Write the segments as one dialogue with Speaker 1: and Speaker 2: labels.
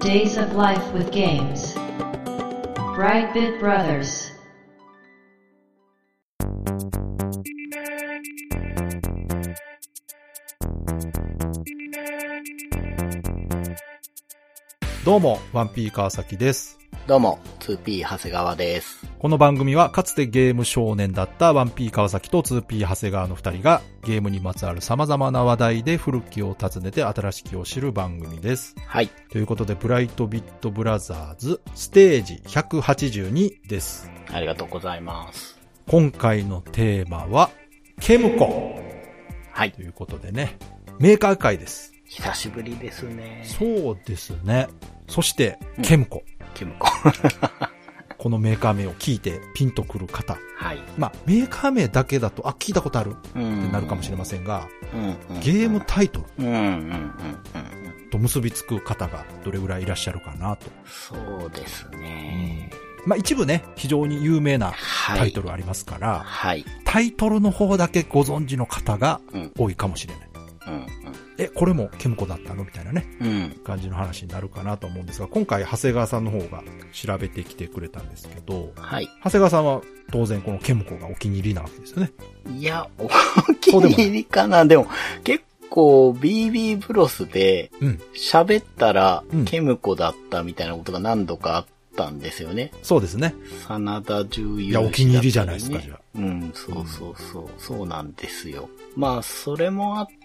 Speaker 1: Days of Life with Games. Brightbit Brothers.
Speaker 2: どうも、ワンピー川崎です。
Speaker 3: どうも、2P 長谷川です。
Speaker 2: この番組はかつてゲーム少年だったワンピー川崎と 2P 長谷川の二人がゲームにまつわる様々な話題で古きを訪ねて新しきを知る番組です。
Speaker 3: はい。
Speaker 2: ということで、ブライトビットブラザーズステージ182です。
Speaker 3: ありがとうございます。
Speaker 2: 今回のテーマは、ケムコ
Speaker 3: はい
Speaker 2: と。いうことでね、メーカー界です。
Speaker 3: 久しぶりですね。
Speaker 2: そうですね。そして、ケムコ。
Speaker 3: キ ムコ。
Speaker 2: このメーカー名を聞いてピンとくる方。
Speaker 3: はい。
Speaker 2: まあ、メーカー名だけだと、あ、聞いたことある
Speaker 3: う
Speaker 2: って
Speaker 3: ん
Speaker 2: なるかもしれませんが、
Speaker 3: れない。うん、うん。
Speaker 2: ゲームタイトル
Speaker 3: うん、うん、うん、うん。
Speaker 2: と結びつく方がどれぐらいいらっしゃるかなと。
Speaker 3: そうですね。
Speaker 2: まあ一部ね、非常に有名な
Speaker 3: はい。
Speaker 2: タイトルありますから、
Speaker 3: はい。
Speaker 2: タイトルの方だけご存知の方が
Speaker 3: うん、
Speaker 2: 多いかもしれない。
Speaker 3: うん、
Speaker 2: え、これもケムコだったのみたいなね、
Speaker 3: うん。うん。
Speaker 2: 感じの話になるかなと思うんですが、今回長谷川さんの方が調べてきてくれたんですけど、
Speaker 3: はい。
Speaker 2: 長谷川さんは当然このケムコがお気に入りなわけですよね。
Speaker 3: いや、お気
Speaker 2: そうでも
Speaker 3: に
Speaker 2: ない
Speaker 3: 入りかな。でも、結構 BB ブロスで
Speaker 2: うん。
Speaker 3: 喋ったら
Speaker 2: うん、
Speaker 3: ケムコだったみたいなことが何度かあったんですよね。
Speaker 2: そうですね。
Speaker 3: 真田重
Speaker 2: い
Speaker 3: 優
Speaker 2: や、お気に入りじゃないですか、
Speaker 3: ね
Speaker 2: じゃあ。
Speaker 3: うん、そうそうそう、そうなんですよ。まあ、それもあって、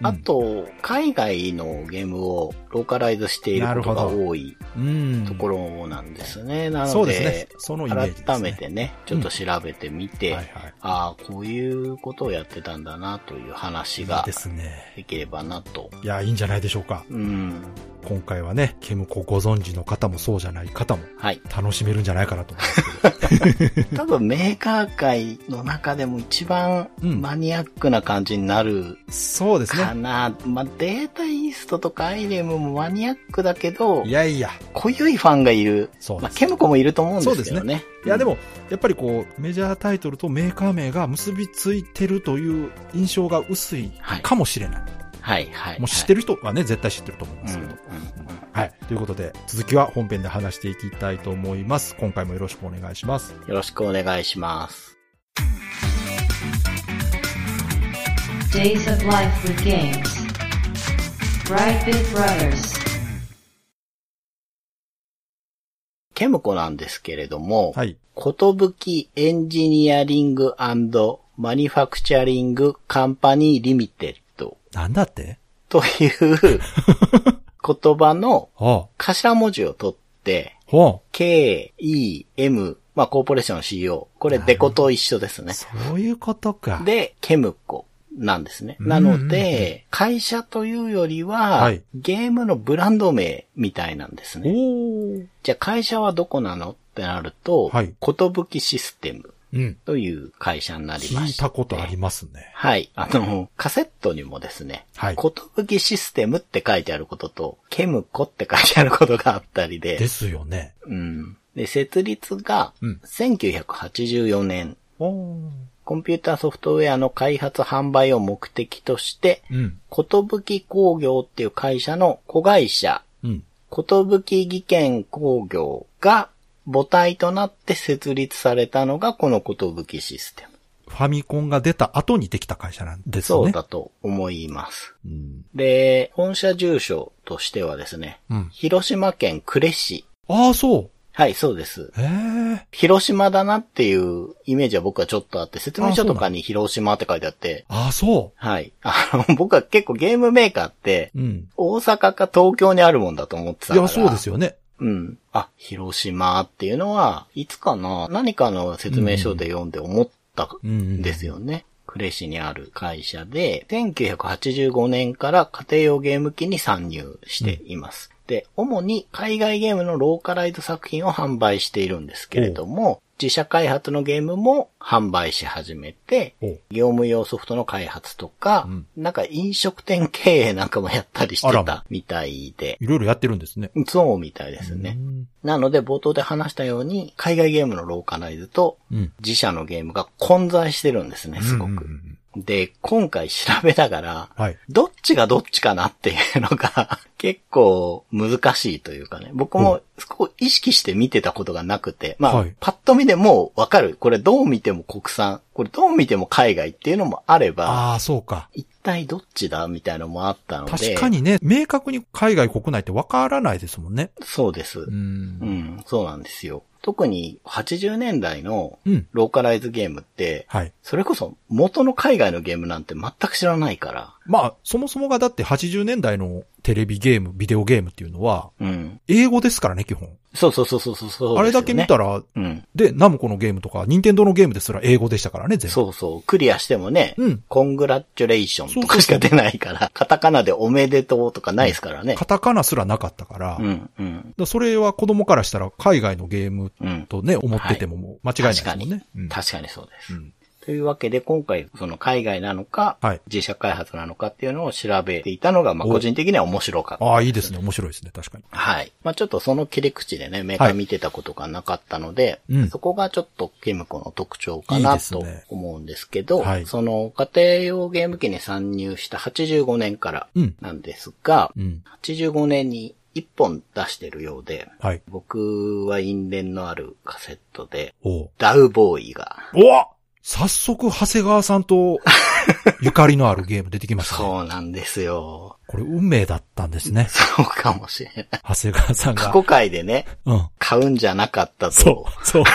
Speaker 2: うん
Speaker 3: あと、海外のゲームをローカライズしていること
Speaker 2: な
Speaker 3: が
Speaker 2: るほ
Speaker 3: 多い
Speaker 2: うん。
Speaker 3: ところなんですね。な
Speaker 2: そ
Speaker 3: の
Speaker 2: うですね
Speaker 3: で、。
Speaker 2: そのイメージです、ね。
Speaker 3: 改めてね、ちょっと調べてみて、
Speaker 2: はいはい。
Speaker 3: ああ、こういうことをやってたんだなという話
Speaker 2: いい
Speaker 3: が
Speaker 2: ですね。
Speaker 3: できればなと。
Speaker 2: いや、いいんじゃないでしょうか。
Speaker 3: うん、
Speaker 2: 今回はね、ケムコご存知の方もそうじゃない方も
Speaker 3: はい。
Speaker 2: 楽しめるんじゃないかなと思いますけど。
Speaker 3: 多分メーカー界の中でも一番
Speaker 2: うん
Speaker 3: マニアックな感じになる
Speaker 2: そうです
Speaker 3: か
Speaker 2: ね。
Speaker 3: な、まあ、データイーストとかアイレムもマニアックだけど
Speaker 2: い、やいや、
Speaker 3: 濃ゆいファンがいる。
Speaker 2: そう
Speaker 3: まあ
Speaker 2: で、す。
Speaker 3: ケムコもいると思うんですけ
Speaker 2: そうで
Speaker 3: ど
Speaker 2: す
Speaker 3: ね。
Speaker 2: いやでも、やっぱりこう、メジャータイトルとメーカー名が結びついてるという印象が薄い
Speaker 3: はい
Speaker 2: かもしれない。
Speaker 3: うん、はいはい。
Speaker 2: もう知っ
Speaker 3: る
Speaker 2: てる人はね、絶対知ってると思いま
Speaker 3: うん
Speaker 2: す
Speaker 3: う
Speaker 2: け
Speaker 3: ん
Speaker 2: ど。
Speaker 3: うん
Speaker 2: はい。ということで、続きは本編で話していきたいと思います。今回もよろしくお願いします。
Speaker 3: よろしくお願いします。
Speaker 1: Days of Life with Games. Brightbit Brothers.
Speaker 3: ケムコなんですけれども、
Speaker 2: はい。
Speaker 3: ことぶきエンジニアリングマニファクチャリングカンパニーリミテッド
Speaker 2: なんだって
Speaker 3: という 言葉の
Speaker 2: ああ。
Speaker 3: 頭文字を取って、
Speaker 2: ほ
Speaker 3: K, E, M, まあ、コーポレーション CO。これ、デコと一緒です
Speaker 2: う。
Speaker 3: ね。
Speaker 2: そういうことか。
Speaker 3: で、ケムコなんですね。
Speaker 2: うん
Speaker 3: なので、会社というよりは、
Speaker 2: はい
Speaker 3: ゲームのブランド名みたいなんですね。
Speaker 2: おー。
Speaker 3: じゃあ、会社はどこなのってなると、
Speaker 2: はい
Speaker 3: ことぶきシステム
Speaker 2: うん。
Speaker 3: という会社になりま
Speaker 2: 聞い
Speaker 3: した
Speaker 2: ことありますね。
Speaker 3: はい。あの、カセットにもですね、
Speaker 2: はい
Speaker 3: ことぶきシステムって書いてあることと、ケムコって書いてあることがあったりで、
Speaker 2: ですよね。
Speaker 3: うん。で、設立が
Speaker 2: うん、
Speaker 3: 1984年、
Speaker 2: おー。
Speaker 3: コンピューターソフトウェアの開発販売を目的として、
Speaker 2: うん。
Speaker 3: ことぶき工業っていう会社の子会社、
Speaker 2: うん。
Speaker 3: ことぶき技研工業が母体となって設立されたのがこのことぶきシステム。
Speaker 2: ファミコンが出た後にできた会社なんですね。
Speaker 3: そうだと思います。
Speaker 2: うん。
Speaker 3: で、本社住所としてはですね、
Speaker 2: うん。
Speaker 3: 広島県呉市。
Speaker 2: ああ、そう。
Speaker 3: はい、そうです。
Speaker 2: ええ。
Speaker 3: 広島だなっていうイメージは僕はちょっとあって、説明書とかに広島って書いてあって、
Speaker 2: ああ、そ
Speaker 3: はい。あの、 僕は結構ゲームメーカーって、
Speaker 2: う。うん。
Speaker 3: 大阪か東京にあるもんだと思ってた
Speaker 2: い
Speaker 3: から。
Speaker 2: や、そうですよね。
Speaker 3: うん。あ、広島っていうのは、いつかな何かの説明書で読んで思った
Speaker 2: うんうん
Speaker 3: んですよね。呉市にある会社で、1985年から家庭用ゲーム機に参入しています。で、主に海外ゲームのローカライズ作品を販売しているんですけれども、自社開発のゲームも販売し始めて、
Speaker 2: お
Speaker 3: 業務用ソフトの開発とか、
Speaker 2: うん
Speaker 3: なんか飲食店経営なんかもやったりし
Speaker 2: あら
Speaker 3: て
Speaker 2: ま
Speaker 3: たみたいで、
Speaker 2: いろいろやってるんですね。
Speaker 3: そうみたいですね。
Speaker 2: うん
Speaker 3: なので冒頭で話したように、海外ゲームのローカライズと
Speaker 2: うん。
Speaker 3: 自社のゲームが混在してるんですね、すご
Speaker 2: うんうんう
Speaker 3: く。
Speaker 2: ん
Speaker 3: で、今回調べながら、
Speaker 2: はい。
Speaker 3: どっちがどっちかなっていうのが 結構難しいというかね。僕もそこを意識して見てたことがなくて、まあ、
Speaker 2: はい
Speaker 3: パッと見でもうわかる。これどう見ても国産、これどう見ても海外っていうのもあれば、
Speaker 2: ああ、そうか。
Speaker 3: 一体どっちだみたいなのもあったので。
Speaker 2: 確か。にね、明確に海外国内ってわからないですもんね。
Speaker 3: そうです。
Speaker 2: う。
Speaker 3: うんん、そうなんですよ。特に80年代の
Speaker 2: うん。
Speaker 3: ローカライズゲームって、
Speaker 2: はい。
Speaker 3: それこそ元の海外のゲームなんて全く知らないから。
Speaker 2: まあ、そもそもがだって80年代のテレビゲーム、ビデオゲームっていうのは、
Speaker 3: うん。
Speaker 2: 英語ですからね、基本。
Speaker 3: そうそうそうそうそうそう、
Speaker 2: あれだけ見た。ら、
Speaker 3: うん。
Speaker 2: で、ナムコのゲームとか、ニンテンドーのゲームですら英語でしたからね、全部。
Speaker 3: そうそう。クリアしてもね、
Speaker 2: うん
Speaker 3: コングラッチュレーションとかしか出ないから、カタカナでおめでとうとかないですからね
Speaker 2: カ。タカナすらなかったから、だ
Speaker 3: う
Speaker 2: か
Speaker 3: ん、うん、
Speaker 2: らそれは子供からしたら海外のゲーム
Speaker 3: うん。
Speaker 2: とね、思っててももう間違いないで
Speaker 3: 確
Speaker 2: すも
Speaker 3: か
Speaker 2: ん
Speaker 3: に、
Speaker 2: ね。うん
Speaker 3: 確かにそうです。
Speaker 2: うん
Speaker 3: というわけで、今回、その海外なのか、
Speaker 2: はい
Speaker 3: 自社開発なのかっていうのを調べていたのが、まあ、
Speaker 2: お
Speaker 3: 個人的には面白かった。
Speaker 2: ああ、いいですね。面白いですね。確かに。
Speaker 3: はい。まあ、ちょっとその切り口でね、メーカー見てたことがなかったので、
Speaker 2: うん
Speaker 3: そこがちょっとケムコの特徴か
Speaker 2: いい
Speaker 3: な
Speaker 2: です
Speaker 3: と
Speaker 2: ね
Speaker 3: 思うんですけど、
Speaker 2: はい
Speaker 3: その家庭用ゲーム機に参入した85年から
Speaker 2: うん。
Speaker 3: なんですが、
Speaker 2: うん。
Speaker 3: 85年に1本出してるようで、
Speaker 2: はい。
Speaker 3: 僕は因縁のあるカセットで、
Speaker 2: おう
Speaker 3: ダウボーイが、
Speaker 2: おわ早速、長谷川さん とゆかりのあるゲーム出てきましたね。
Speaker 3: そうなんですよ。
Speaker 2: これ運命だったんですね。
Speaker 3: そうかもしれない。
Speaker 2: 長谷川さん
Speaker 3: 過
Speaker 2: が。
Speaker 3: 去回でね、
Speaker 2: うん。
Speaker 3: 買うんじゃなかったと
Speaker 2: そ、う、 そう。も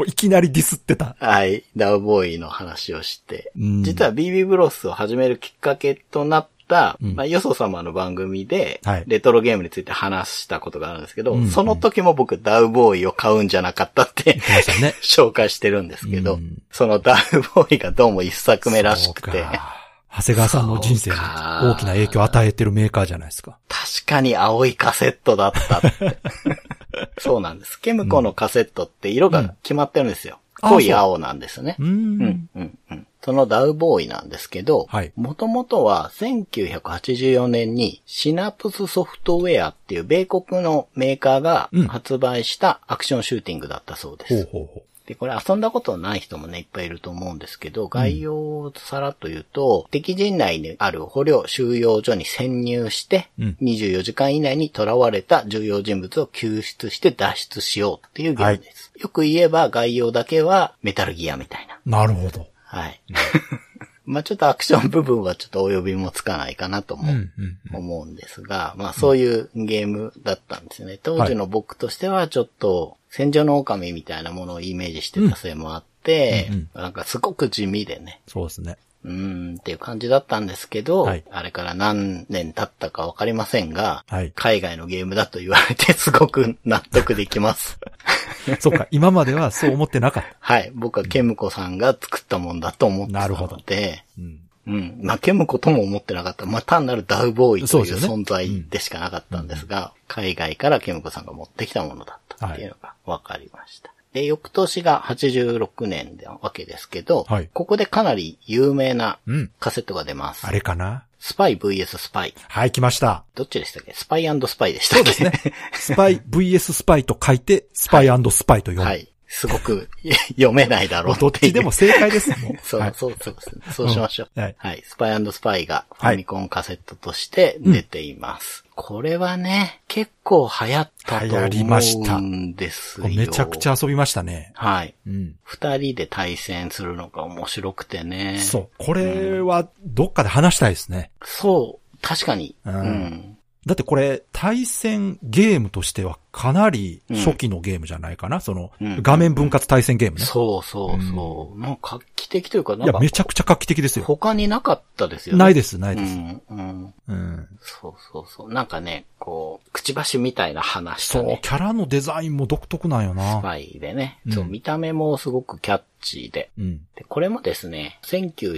Speaker 2: ういきなりディスってた。
Speaker 3: はい、ダウボーイの話をして、
Speaker 2: うん
Speaker 3: 実は BB ブロスを始めるきっかけとなった、
Speaker 2: うん
Speaker 3: まあ、よそ様の番組で
Speaker 2: はい、
Speaker 3: レトロゲームについて話したことがあるんですけど、
Speaker 2: うん
Speaker 3: その時も僕ダウボーイを買うんじゃなかったって。
Speaker 2: 言ってましたね
Speaker 3: 紹介してるんですけど、
Speaker 2: うん
Speaker 3: そのダウボーイがどうも一作目らしく
Speaker 2: そう
Speaker 3: て、
Speaker 2: か長谷川さんの人生に大きな影響を与えてるメーカーじゃないですか。
Speaker 3: 確かに青いカセットだった って。そうなんです。ケムコのカセットって色が決まってるんですよ。
Speaker 2: うん
Speaker 3: 濃い
Speaker 2: あ
Speaker 3: 青なんですね
Speaker 2: う。ん。
Speaker 3: うん、うん、うん。そのダウボーイなんですけど
Speaker 2: はい、
Speaker 3: もともとは1984年にシナプスソフトウェアっていう米国のメーカーが
Speaker 2: うん
Speaker 3: 発売したアクションシューティングだったそうです。
Speaker 2: ほうほうほ
Speaker 3: で、これ遊んだことない人もね、いっぱいいると思うんですけど、概要をさらっと言うと、敵陣内にある捕虜収容所に潜入して、
Speaker 2: うん
Speaker 3: 24時間以内に囚われた重要人物を救出して脱出しようっていうゲームです。よく言えば概要だけはメタルギアみたいな。
Speaker 2: う。なるほど。
Speaker 3: はい。 まあちょっとアクション部分はちょっとお呼びもつかないかなと
Speaker 2: うんう
Speaker 3: も
Speaker 2: ん。
Speaker 3: 思うんですが、まあそういうゲームだったんですね。当時の僕としてはちょっと戦場の狼みたいなものをイメージしてたせいもあって、
Speaker 2: うんうん
Speaker 3: なんかすごく地味でね、
Speaker 2: そうですね。
Speaker 3: うーんっていう感じだったんですけど、
Speaker 2: はい
Speaker 3: あれから何年経ったかわかりませんが、
Speaker 2: はい。
Speaker 3: 海外のゲームだと言われて すごく納得できます。
Speaker 2: そっか、今まではそう思ってなかった。
Speaker 3: はい。僕はケムコさんが作ったもんだと思ってた
Speaker 2: なるほど
Speaker 3: ので、
Speaker 2: うん。
Speaker 3: うん。まあ、ケムコとも思ってなかった。まあ、単なるダウボーイと
Speaker 2: そうで
Speaker 3: いう
Speaker 2: すよね
Speaker 3: 存在でしかなかったんですが、海外からケムコさんが持ってきたものだったっていうのが分かりました。で、翌年が86年なわけですけど、
Speaker 2: はい
Speaker 3: ここでかなり有名な
Speaker 2: うん。
Speaker 3: カセットが出ます。
Speaker 2: あれかな
Speaker 3: スパイ VS スパイ。
Speaker 2: はい、来ました。
Speaker 3: どっちでしたっけスパイスパイでしたっけそうですね。
Speaker 2: スパイ、VS スパイと書いて、スパイスパイと読む。
Speaker 3: はい。すごく 読めないだろうってい
Speaker 2: ど
Speaker 3: う
Speaker 2: っちでも正解です。もう
Speaker 3: そう、
Speaker 2: はい
Speaker 3: そう、そうですね、そうしましょう。
Speaker 2: うんは
Speaker 3: はいい、スパイスパイがファミコンカセットとして出ています。これはね、結構流行ったと思
Speaker 2: 流行りました
Speaker 3: うんですよ。
Speaker 2: めちゃくちゃ。遊びましたね。
Speaker 3: はい。
Speaker 2: うん。
Speaker 3: 二人で対戦するのが面白くてね。
Speaker 2: そう。これは、どっかで話したいですね。
Speaker 3: そう。確かに。
Speaker 2: う
Speaker 3: うんん。
Speaker 2: だってこれ、対戦ゲームとしてはかなり初期のゲームじゃないかな、その
Speaker 3: う、ん
Speaker 2: 画面分割対戦ゲームね。
Speaker 3: そうそうそう。なんか画期的というか、
Speaker 2: い
Speaker 3: なん
Speaker 2: や、
Speaker 3: か
Speaker 2: めちゃくちゃ画期的ですよ。
Speaker 3: 他になかったですよね。
Speaker 2: ない
Speaker 3: で
Speaker 2: です、ないです。
Speaker 3: うん。うん。
Speaker 2: うん。
Speaker 3: そうそうそう。なんかね、こう、くちばしみたいな話
Speaker 2: そ
Speaker 3: と
Speaker 2: う
Speaker 3: ね、。
Speaker 2: キャラのデザインも独特なんよ
Speaker 3: ス
Speaker 2: な。
Speaker 3: パイでね。
Speaker 2: うん
Speaker 3: そう、見た目もすごくキャッチーで。
Speaker 2: うん。
Speaker 3: で、これもですね、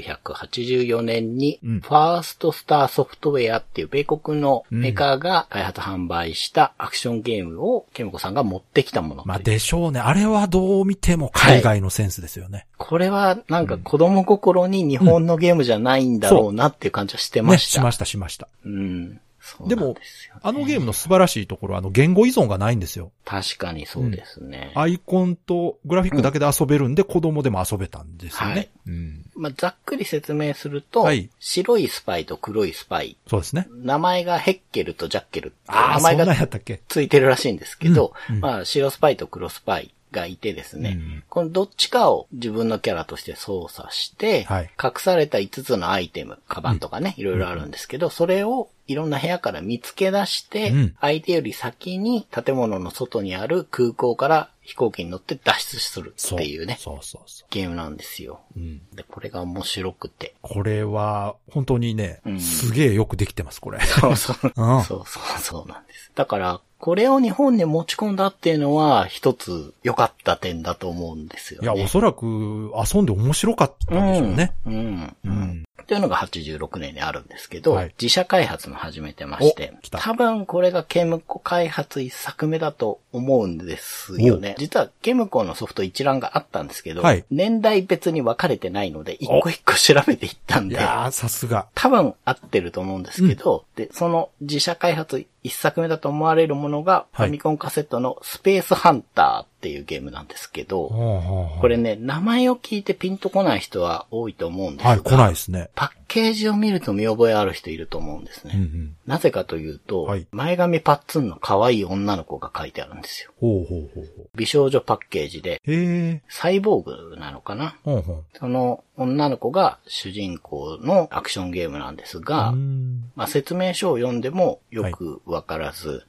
Speaker 3: 1984年に、
Speaker 2: うん
Speaker 3: ファーストスターソフトウェアっていう米国のメーカーが開発販売したアクションゲームを、ケムコさんが持ってきたものという。
Speaker 2: まあ、でしょうね。あれはどう見ても海外のセンスですよね。
Speaker 3: これはなんか子供心に日本のゲームじゃないんだろうなっていう感じはしてま
Speaker 2: ね、
Speaker 3: し。
Speaker 2: したました、しました。
Speaker 3: うん。そう
Speaker 2: で
Speaker 3: なん
Speaker 2: も
Speaker 3: すよね
Speaker 2: あのゲームの素晴らしいところは、あの、言語依存がないんですよ。
Speaker 3: 確かにそうですね。
Speaker 2: アイコンとグラフィックだけで遊べるんで、子供でも遊べたんですよね。
Speaker 3: はい
Speaker 2: うん。
Speaker 3: まあ、ざっくり説明すると、
Speaker 2: はい
Speaker 3: 白いスパイと黒いスパイ。
Speaker 2: そうですね。
Speaker 3: 名前がヘッケルとジャッケルって
Speaker 2: あ
Speaker 3: 名
Speaker 2: あ、そ
Speaker 3: 前
Speaker 2: んなん
Speaker 3: が
Speaker 2: やったっけ
Speaker 3: ついてるらしいんですけど、
Speaker 2: うんうん
Speaker 3: まあ、白スパイと黒スパイがいてですね、
Speaker 2: うん
Speaker 3: このどっちかを自分のキャラとして操作して、
Speaker 2: はい
Speaker 3: 隠された5つのアイテム、カバンとかね、いろいろあるんですけど、それをいろんな部屋から見つけ出して、
Speaker 2: うん
Speaker 3: 相手より先に建物の外にある空港から飛行機に乗って脱出する
Speaker 2: そ
Speaker 3: っていうね、
Speaker 2: そうそうそ
Speaker 3: ゲームなんですよ。
Speaker 2: う。うん。
Speaker 3: で、これが面白くて。
Speaker 2: これは、本当にね、
Speaker 3: うん
Speaker 2: すげえよくできてます、こ れ。
Speaker 3: そうそう。
Speaker 2: うん
Speaker 3: そうそうそうなんです。だから、これを日本に持ち込んだっていうのは、一つ良かった点だと思うんですよ、
Speaker 2: い
Speaker 3: ね。
Speaker 2: や、おそらく、遊んで面白かったんでしょうね。
Speaker 3: うん。うん。
Speaker 2: う。
Speaker 3: うんん。というのが86年にあるんですけど、
Speaker 2: はい
Speaker 3: 自社開発も始めてまして
Speaker 2: お、来た
Speaker 3: 多分これがケムコ開発一作目だと思うんですよね。実はケムコのソフト一覧があったんですけど、
Speaker 2: はい
Speaker 3: 年代別に分かれてないので、一個一個調べていったん
Speaker 2: い
Speaker 3: で、
Speaker 2: やー、さすが。
Speaker 3: 多分合ってると思うんですけど、で、その自社開発一作目だと思われるものが、
Speaker 2: はい
Speaker 3: ファミコンカセットのスペースハンターっていうゲームなんですけど、
Speaker 2: ほうほうほう
Speaker 3: これね、名前を聞いてピンとこない人は多いと思うんですが、
Speaker 2: はい、来ないですね。
Speaker 3: パッケージを見ると見覚えある人いると思うんですね。
Speaker 2: うんうん。
Speaker 3: なぜかというと、
Speaker 2: はい
Speaker 3: 前髪パッツンの可愛い女の子が書いてあるんですよ。
Speaker 2: ほうほうほうほう。
Speaker 3: 美少女パッケージで、
Speaker 2: へえ。
Speaker 3: サイボーグなのかな
Speaker 2: ほうほう。
Speaker 3: その女の子が主人公のアクションゲームなんですが、
Speaker 2: うん
Speaker 3: まあ、説明書を読んでもよくわからず、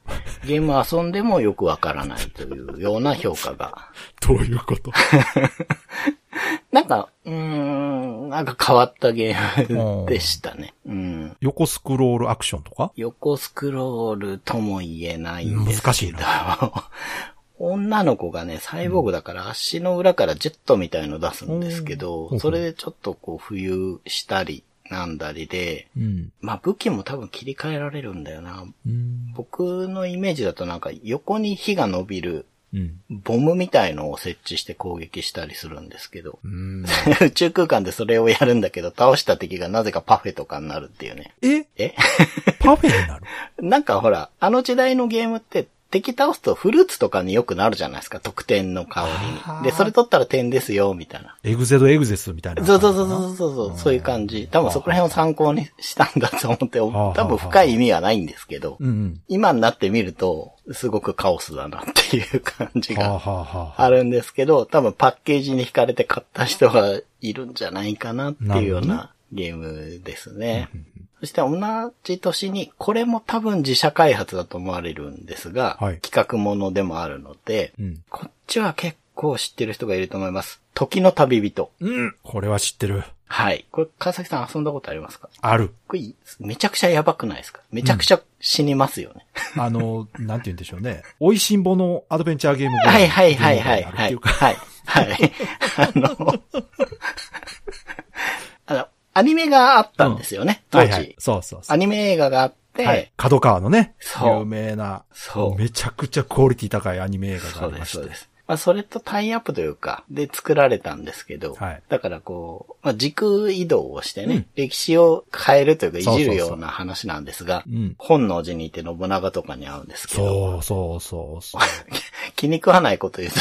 Speaker 3: ゲームを遊んでもよくわからないというような評 価が。
Speaker 2: どういうこと
Speaker 3: なんか、うーん、なんか変わったゲームでしたね。うん。
Speaker 2: 横スクロールアクションとか
Speaker 3: 横スクロールとも言えないんですけ
Speaker 2: 難
Speaker 3: ど。
Speaker 2: しい
Speaker 3: 女の子がね、サイボーグだから足の裏からジェットみたいの出すんですけ
Speaker 2: ほう
Speaker 3: ど、それでちょっとこう浮遊したり、なんだりで、
Speaker 2: うん。
Speaker 3: まあ武器も多分切り替えられるんだよな。
Speaker 2: うん。
Speaker 3: 僕のイメージだとなんか横に火が伸びる
Speaker 2: うん。
Speaker 3: ボムみたいのを設置して攻撃したりするんですけど、
Speaker 2: うん。
Speaker 3: 宇宙空間でそれをやるんだけど、倒した敵がなぜかパフェとかになるっていうね。
Speaker 2: え
Speaker 3: え
Speaker 2: パフェになる
Speaker 3: なんかほら、あの時代のゲームって敵倒すとフルーツとかによくなるじゃないですか、得点の香り
Speaker 2: あー
Speaker 3: に。で、それ取ったら点ですよ、みたいな。
Speaker 2: エグゼドエグゼスみたいな。
Speaker 3: そうそうそうそうそうそう、そういう感じ。多分そこら辺を参考にしたんだと思って、
Speaker 2: はあ
Speaker 3: 多分深い意味はないんですけど、
Speaker 2: うんうん。
Speaker 3: 今になってみると、すごくカオスだなっていう感じ
Speaker 2: はあ、
Speaker 3: が
Speaker 2: はあはあ、
Speaker 3: あるんですけど、多分パッケージに惹かれて買った人がいるんじゃないかなっていうようなゲームですね。そして同じ年に、これも多分自社開発だと思われるんですが、
Speaker 2: はい
Speaker 3: 企画ものでもあるので、
Speaker 2: うん。
Speaker 3: こっちは結構知ってる人がいると思います。時の旅人。
Speaker 2: うん。これは知ってる。
Speaker 3: はい。これ、川崎さん遊んだことありますか
Speaker 2: ある。
Speaker 3: これ、めちゃくちゃやばくないですかめちゃくちゃ死にますよね。
Speaker 2: あの、なんて言うんでしょうね。美味しんぼのアドベンチャーゲームぐら
Speaker 3: はい
Speaker 2: い
Speaker 3: はいはいはい
Speaker 2: ゲームがあ
Speaker 3: は
Speaker 2: るって
Speaker 3: い。
Speaker 2: うか
Speaker 3: はい。はい。あの、あの、アニメがあったんですよね、当時、
Speaker 2: はいはい。そうそうそ
Speaker 3: ア
Speaker 2: う。
Speaker 3: ニメ映画があって、
Speaker 2: はい。角川のね、
Speaker 3: そう
Speaker 2: 有名な、
Speaker 3: そう
Speaker 2: めちゃくちゃクオリティ高いアニメ映画が
Speaker 3: そ
Speaker 2: あ
Speaker 3: う
Speaker 2: り
Speaker 3: で、
Speaker 2: ますし
Speaker 3: そう
Speaker 2: て
Speaker 3: で。す。まあ、それとタイアップというか、で作られたんですけど、
Speaker 2: はい
Speaker 3: だからこう、まあ、時空移動をしてね、歴史を変えるというか、い
Speaker 2: そうそう
Speaker 3: じ
Speaker 2: そう
Speaker 3: るような話なんですが、
Speaker 2: うん
Speaker 3: 本能寺にいて信長とかに会うんですけど、
Speaker 2: そうそうそうそう。
Speaker 3: 気に食わないこと言う と、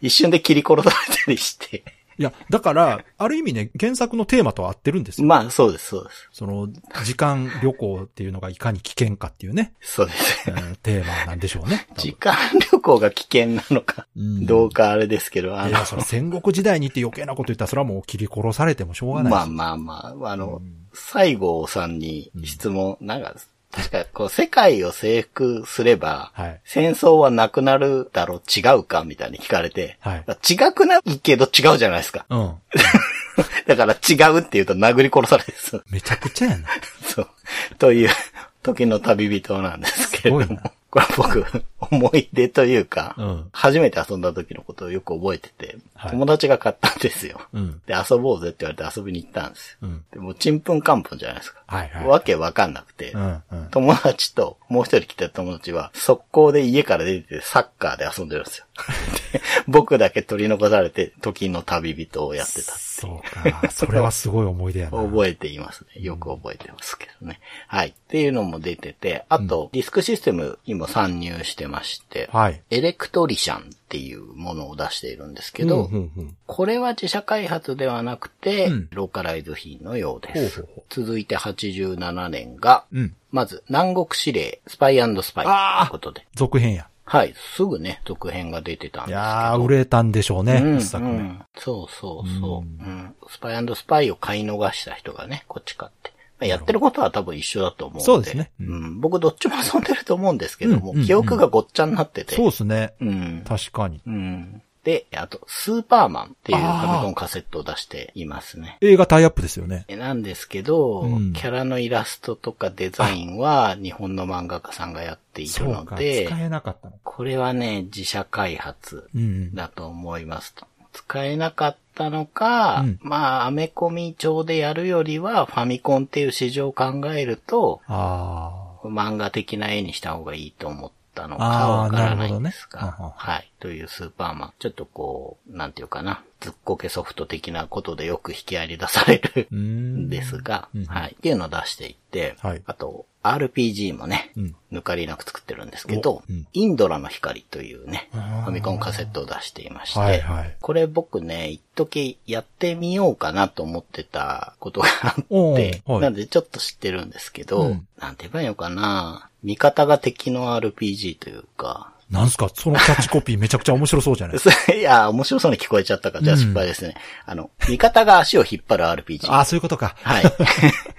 Speaker 3: 一瞬で切り殺されたりして、
Speaker 2: いや、だから、ある意味ね、原作のテーマとは合ってるんですよ。
Speaker 3: まあそうです、そうです。
Speaker 2: その、時間旅行っていうのがいかに危険かっていうね、
Speaker 3: そうです
Speaker 2: え。ーテーマなんでしょうね。多
Speaker 3: 時
Speaker 2: 分
Speaker 3: 間旅行が危険なのか、
Speaker 2: うん
Speaker 3: どうかあれですけど、あ
Speaker 2: い
Speaker 3: の
Speaker 2: や、、その戦国時代にって余計なこと言ったら、それはもう切り殺されてもしょうがないし。
Speaker 3: まあまあまあ、あの、西郷さんに質問、なんか、確かこう、世界を征服すれば、
Speaker 2: はい
Speaker 3: 戦争はなくなるだろう、違うかみたいに聞かれて、
Speaker 2: はい
Speaker 3: 違くないけど違うじゃないですか。
Speaker 2: うん。
Speaker 3: だから違うって言うと殴り殺される んです。
Speaker 2: めちゃくちゃやな。
Speaker 3: そう。という、時の旅人なんですけれども
Speaker 2: すごいな。
Speaker 3: これ僕、思い出というか、
Speaker 2: うん
Speaker 3: 初めて遊んだ時のことをよく覚えてて、
Speaker 2: はい
Speaker 3: 友達が買ったんですよ。
Speaker 2: うん。
Speaker 3: で、遊ぼうぜって言われて遊びに行ったんですよ。
Speaker 2: うん。
Speaker 3: でもう、ちんぷんかんぷんじゃないですか。
Speaker 2: はいはい。
Speaker 3: わけわかんなくて、
Speaker 2: うんうん。
Speaker 3: 友達と、もう一人来た友達は、速攻で家から出てサッカ ーで遊んでるんですよ。で僕だけ取り残されて、時の旅人をやってた。し。
Speaker 2: そうか。それはすごい思い出やな。
Speaker 3: 覚えていますね。よく覚えてますけどね。はい。っていうのも出てて、あと、ディスクシステムにも参入してまして、
Speaker 2: はい。
Speaker 3: エレクトリシャンっていうものを出しているんですけど、
Speaker 2: うんうんうん
Speaker 3: これは自社開発ではなくて、
Speaker 2: うん
Speaker 3: ローカライズ品のようです。
Speaker 2: ほうほうほ
Speaker 3: 続いて87年が、
Speaker 2: うん。
Speaker 3: まず、南国指令、スパイスパイということで。
Speaker 2: 続編や。
Speaker 3: はい、すぐね、続編が出てたん
Speaker 2: い
Speaker 3: です
Speaker 2: やー、売れたんでしょうね。
Speaker 3: うん
Speaker 2: 一作
Speaker 3: う
Speaker 2: 目。
Speaker 3: んそうそうそう。うん、スパイスパイを買い逃した人がね、こっち買って。まあやってることは多分一緒だと思うんで。
Speaker 2: そうですね
Speaker 3: う
Speaker 2: うんん
Speaker 3: 僕どっちも遊んでると思うんですけども、
Speaker 2: うんうんうん
Speaker 3: 記憶がごっちゃになってて。
Speaker 2: そうですね。
Speaker 3: うん。
Speaker 2: 確かに。
Speaker 3: うん。で、あと、スーパーマンっていうファミコンカセットを出していますね。
Speaker 2: 映画タイアップですよね。
Speaker 3: えなんですけど、
Speaker 2: うん
Speaker 3: キャラのイラストとかデザインは日本の漫画家さんがやっている
Speaker 2: そ
Speaker 3: の
Speaker 2: うか。使
Speaker 3: で、
Speaker 2: えなかったの。
Speaker 3: これはね、自社開発
Speaker 2: うんうん。
Speaker 3: だと思いますと。使えなかったのか、
Speaker 2: うん
Speaker 3: まあ、アメコミ調でやるよりは、ファミコンっていう市場を考えると、
Speaker 2: あ
Speaker 3: 漫画的な絵にした方がいいと思ったのか
Speaker 2: あー
Speaker 3: わからないんです
Speaker 2: なる
Speaker 3: が
Speaker 2: ほどね、うんうん
Speaker 3: はい。というスーパーマン。ちょっとこう、なんていうかな、ずっこけソフト的なことでよく引き合いに出される
Speaker 2: ー。うーん。
Speaker 3: んですが、
Speaker 2: うん
Speaker 3: はい。っていうのを出していって、
Speaker 2: はい
Speaker 3: あと、RPG もね、
Speaker 2: うん
Speaker 3: 抜かりなく作ってるんですけど、
Speaker 2: おうん
Speaker 3: インドラの光というね、フ
Speaker 2: あー
Speaker 3: ァミコンカセットを出していまして、
Speaker 2: はいはい。
Speaker 3: これ僕ね、一時やってみようかなと思ってたことがあっ
Speaker 2: お
Speaker 3: て
Speaker 2: ー、はい
Speaker 3: なんでちょっと知ってるんですけど、
Speaker 2: うん
Speaker 3: なんて言えばいいのかな味方が敵の RPG というか、
Speaker 2: なんすかそのキャッチコピーめちゃくちゃ面白そうじゃないですか。
Speaker 3: いや、面白そうに聞こえちゃったから、じゃあ
Speaker 2: うん
Speaker 3: 失敗ですね。あの、味方が足を引っ張る RPG。
Speaker 2: ああ、そういうことか。
Speaker 3: はい。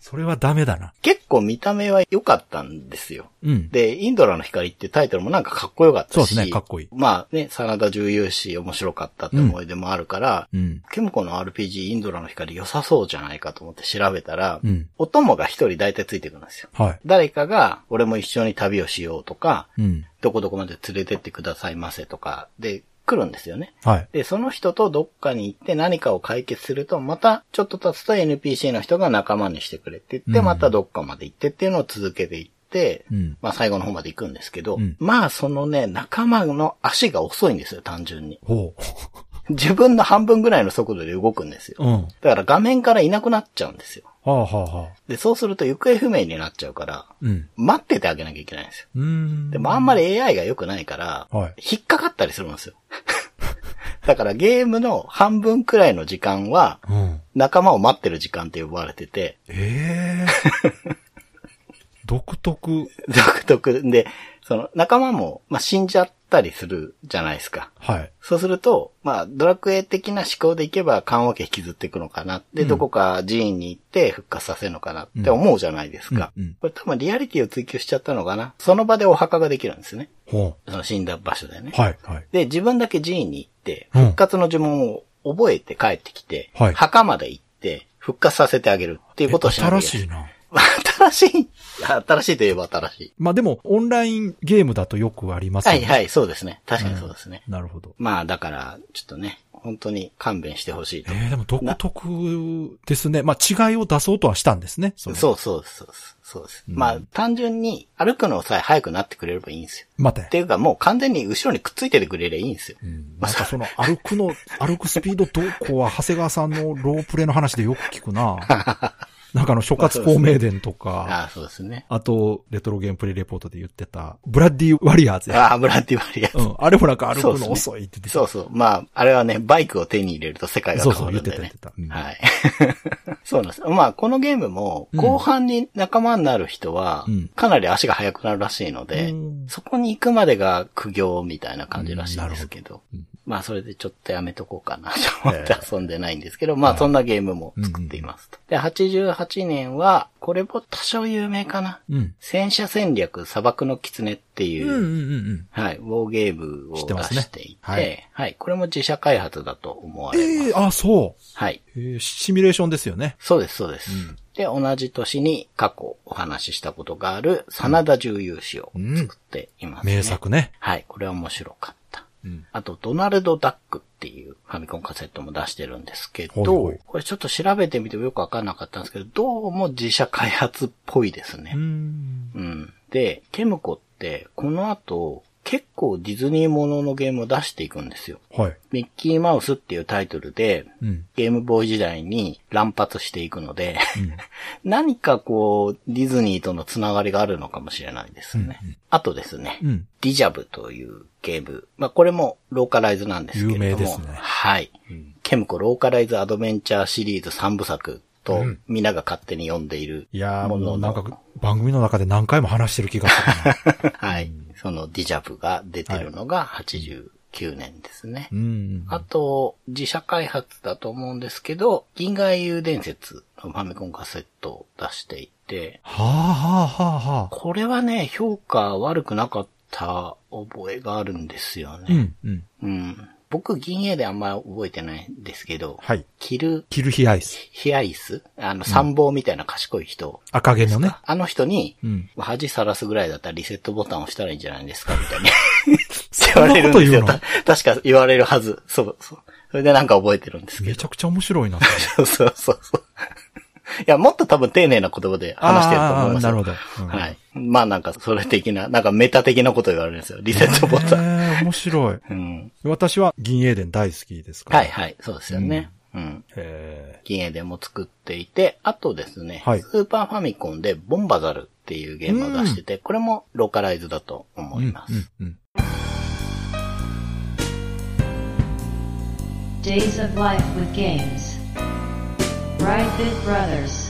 Speaker 2: それはダメだな。
Speaker 3: 結構見た目は良かったんですよ。
Speaker 2: うん。
Speaker 3: で、インドラの光ってタイトルもなんかかっこよかったし。
Speaker 2: そうですねかっこいい
Speaker 3: まあね、真田重要し面白かったって思い出もあるから、
Speaker 2: うん。
Speaker 3: ケムコの RPG インドラの光良さそうじゃないかと思って調べたら、
Speaker 2: うん
Speaker 3: お供が一人大体ついてくるんですよ。
Speaker 2: はい。
Speaker 3: 誰かが、俺も一緒に旅をしようとか、
Speaker 2: うん。
Speaker 3: どこどこまで連れてってくださいませとか、で、来るんですよね。
Speaker 2: はい。
Speaker 3: で、その人とどっかに行って何かを解決すると、またちょっと経つと NPC の人が仲間にしてくれって言って、
Speaker 2: うん
Speaker 3: またどっかまで行ってっていうのを続けていって、
Speaker 2: うん。
Speaker 3: まあ最後の方まで行くんですけど、
Speaker 2: うん
Speaker 3: まあそのね、仲間の足が遅いんですよ、単純に。
Speaker 2: ほ
Speaker 3: 自分の半分ぐらいの速度で動くんですよ。
Speaker 2: う。うん。は
Speaker 3: だから画面からいなくなっちゃうんですよ。
Speaker 2: あはあはあ。
Speaker 3: で、そうすると行方不明になっちゃうから、
Speaker 2: うん。
Speaker 3: 待っててあげなきゃいけないんですよ。
Speaker 2: うーん。
Speaker 3: でもあんまり AI が良くないから、
Speaker 2: はい
Speaker 3: 引っかかったりするんですよ。 だからゲームの半分くらいの時間は、
Speaker 2: うん。
Speaker 3: 仲間を待ってる時間って呼ばれてて、
Speaker 2: ええ 独特。
Speaker 3: 独特で、その仲間も、まあ、死んじゃったりするじゃないですか。
Speaker 2: はい。
Speaker 3: そうすると、まあ、ドラクエ的な思考でいけば、緩和家引きずっていくのかな。で、
Speaker 2: うん
Speaker 3: どこか寺院に行って復活させるのかなって思うじゃないですか。
Speaker 2: うんうん
Speaker 3: これ多分リアリティを追求しちゃったのかな。その場でお墓ができるんですね。
Speaker 2: ほ
Speaker 3: その死んだ場所だよね
Speaker 2: う。。はい。はい。
Speaker 3: で、自分だけ寺院に行って、
Speaker 2: うん
Speaker 3: 復活の呪文を覚えて帰ってきて、
Speaker 2: はい
Speaker 3: 墓まで行って、復活させてあげるっていうことをしなき
Speaker 2: 新
Speaker 3: ゃけ
Speaker 2: しい
Speaker 3: な
Speaker 2: な。
Speaker 3: い。新しい。新しいといえば新しい。
Speaker 2: まあでも、オンラインゲームだとよくあります
Speaker 3: は
Speaker 2: よ
Speaker 3: い
Speaker 2: ね。
Speaker 3: はい、そうですね。確かにそうですね。
Speaker 2: なるほど。
Speaker 3: まあ、だから、ちょっとね、本当に勘弁してほしいと
Speaker 2: ええでも独特ですね。まあ違いを出そうとはしたんですね。その
Speaker 3: そうそうそうです。そうです。まあ、単純に歩くのさえ速くなってくれればいいんですよ。
Speaker 2: 待
Speaker 3: って
Speaker 2: て。
Speaker 3: いうか、もう完全に後ろにくっついててくれればいいんですよ。
Speaker 2: うんなんかその歩くの、 歩くスピードどうこうは、長谷川さんのロープレの話でよく聞く な。なんかあの、諸葛孔明伝とか、
Speaker 3: ああ、そうですね。
Speaker 2: あと、レトロゲームプレイレポートで言ってた、ブラッディ・ワリアーズや。
Speaker 3: ああ、ブラッディバリアス
Speaker 2: うん。あれもなんか歩くの
Speaker 3: そ
Speaker 2: 遅いって言ってた
Speaker 3: そうそう。まあ、あれはね、バイクを手に入れると世界が変わるんで
Speaker 2: そう
Speaker 3: ね。
Speaker 2: そう言って
Speaker 3: はい。 そうなんです。まあ、このゲームも、後半に仲間になる人は
Speaker 2: うん、
Speaker 3: かなり足が速くなるらしいので、
Speaker 2: うん
Speaker 3: そこに行くまでが苦行みたいな感じらしいんですけど、まあ、それでちょっとやめとこうかなと思って遊んでないんですけど、まあ、そんなゲームも作っていますと。で、88年は、これも多少有名かな。
Speaker 2: うん。
Speaker 3: 戦車戦略砂漠の狐っていうう、
Speaker 2: んうんうん
Speaker 3: はい、ウォーゲーム
Speaker 2: 知
Speaker 3: を
Speaker 2: って
Speaker 3: 出
Speaker 2: ますね
Speaker 3: していて、は
Speaker 2: はいい、
Speaker 3: これも自社開発だと思わ
Speaker 2: うん。
Speaker 3: れま
Speaker 2: ええ
Speaker 3: す。
Speaker 2: あ、そう。
Speaker 3: はい。
Speaker 2: えーシミュレーションですよね。
Speaker 3: そうです、そうです。
Speaker 2: うん
Speaker 3: で、同じ年に過去お話ししたことがある、真田重勇士を作っています、ね
Speaker 2: 名作ね。
Speaker 3: はい、これは面白かった。
Speaker 2: うん。
Speaker 3: あと、ドナルド・ダックっていうファミコンカセットも出してるんですけど、
Speaker 2: ほいほい
Speaker 3: これちょっと調べてみてもよくわかんなかったんですけど、どうも自社開発っぽいですね。
Speaker 2: うん。
Speaker 3: うん。で、ケムコって、この後、結構ディズニーもののゲームを出していくんですよ。
Speaker 2: はい。
Speaker 3: ミッキーマウスっていうタイトルで、
Speaker 2: うん。
Speaker 3: ゲームボーイ時代に乱発していくので、 何かこう、ディズニーとのつながりがあるのかもしれないですね。あとですね、
Speaker 2: うん。
Speaker 3: ディジャブというゲーム。まあ、これもローカライズなんですけれども。
Speaker 2: 有名ですね
Speaker 3: はい。ケムコローカライズアドベンチャーシリーズ3部作と、みんなが勝手に呼んでいる
Speaker 2: いやーも
Speaker 3: もの
Speaker 2: う
Speaker 3: の
Speaker 2: なんか番組の中で何回も話してる気が するな。
Speaker 3: はい。そのディジャブが出てるのが89年ですね。
Speaker 2: うん。
Speaker 3: あと、自社開発だと思うんですけど、銀河英雄伝説のファミコンカセットを出していて、
Speaker 2: はあはあはあはあ。
Speaker 3: これはね、評価悪くなかった覚えがあるんですよ
Speaker 2: う
Speaker 3: ね。
Speaker 2: ん。うん。
Speaker 3: うん。僕、銀英であんま覚えてないんですけど、
Speaker 2: はい。
Speaker 3: キル
Speaker 2: キルヒアイス。
Speaker 3: ヒアイスあの、参謀みたいな賢い人。
Speaker 2: 赤毛のね。
Speaker 3: あの人に、
Speaker 2: うん。
Speaker 3: 恥さらすぐらいだったらリセットボタンを押したらいいんじゃないですかみたいな。って
Speaker 2: そ
Speaker 3: 言
Speaker 2: ん
Speaker 3: われ
Speaker 2: な
Speaker 3: る
Speaker 2: こと
Speaker 3: んです
Speaker 2: 言う
Speaker 3: よ。
Speaker 2: の
Speaker 3: た確か言われるはず。そうそう。それでなんか覚えてるんですけ
Speaker 2: め
Speaker 3: ど。
Speaker 2: ちゃくちゃ面 白いな。
Speaker 3: そうそうそうそう。いや、もっと多分丁寧な言葉で話してると思いますよ。
Speaker 2: あーなるほどうん
Speaker 3: はい。まあなんか、それ的な、なんかメタ的なこと言われるんですよ。リセットボタン。
Speaker 2: えー、面白い。
Speaker 3: うん。
Speaker 2: 私は銀英伝大好きですから。
Speaker 3: はいはい、そうですよね。うん。
Speaker 2: え
Speaker 3: 銀英でも作っていて、あとですね、
Speaker 2: はい
Speaker 3: スーパーファミコンでボンバザルっていうゲームを出してて、これもローカライズだと
Speaker 2: ー。
Speaker 3: 思います。
Speaker 2: うん。うん。
Speaker 1: Days of Life with Games. Brightbit Brothers.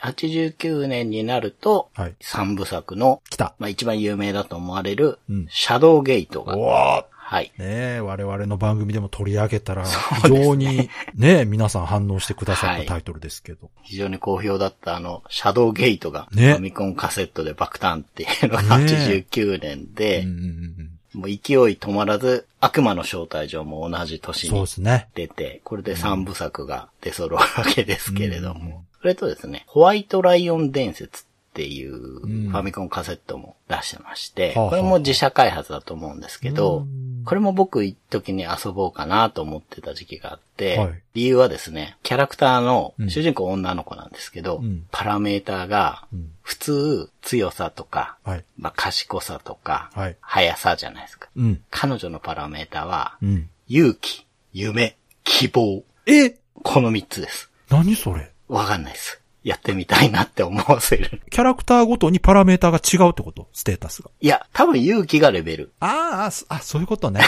Speaker 3: 89年になると、
Speaker 2: はい。
Speaker 3: 三部作の、
Speaker 2: 来た。
Speaker 3: まあ一番有名だと思われる
Speaker 2: うん、
Speaker 3: シャドウゲイトが、
Speaker 2: おわ
Speaker 3: はい。
Speaker 2: ーねえ、我々の番組でも取り上げたら、非常にねえ、皆さん反応してくださったタイトルですけど。
Speaker 3: 非常に好評だったあの、シャドウゲイトが、フ
Speaker 2: ね
Speaker 3: ァミコンカセットで爆誕っていうのが
Speaker 2: ね
Speaker 3: 89年で
Speaker 2: うん、うんうん
Speaker 3: もう勢い止まらず、悪魔の招待状も同じ
Speaker 2: うん。
Speaker 3: 年
Speaker 2: そう
Speaker 3: に
Speaker 2: ですね。
Speaker 3: 出て、これで3部作が出揃うわけですけれど
Speaker 2: うんう
Speaker 3: も、それとですね、ホワイトライオン伝説っていう
Speaker 2: うん
Speaker 3: ファミコンカセットも出してまして、
Speaker 2: はあはあ
Speaker 3: これも自社開発だと思うんですけ
Speaker 2: う
Speaker 3: ど
Speaker 2: ん、
Speaker 3: これも僕一時に遊ぼうかなと思ってた時期があって、
Speaker 2: はい
Speaker 3: 理由はですね、キャラクターの
Speaker 2: うん
Speaker 3: 主人公女の子なんですけど、
Speaker 2: うん
Speaker 3: パラメーターが
Speaker 2: うん
Speaker 3: 普通強さとか、
Speaker 2: はい。
Speaker 3: まあ、賢さとか、
Speaker 2: はい
Speaker 3: 速さじゃないですか。
Speaker 2: うん。
Speaker 3: 彼女のパラメーターは、
Speaker 2: うん。
Speaker 3: 勇気、夢、希望。
Speaker 2: え
Speaker 3: この3つです。
Speaker 2: 何それ
Speaker 3: わかんないです。やってみたいなって思わせる。
Speaker 2: キャラクターごとにパラメーターが違うってことステータスが。
Speaker 3: いや、多分勇気がレベル。
Speaker 2: あーあ、そあ、そういうこと ね。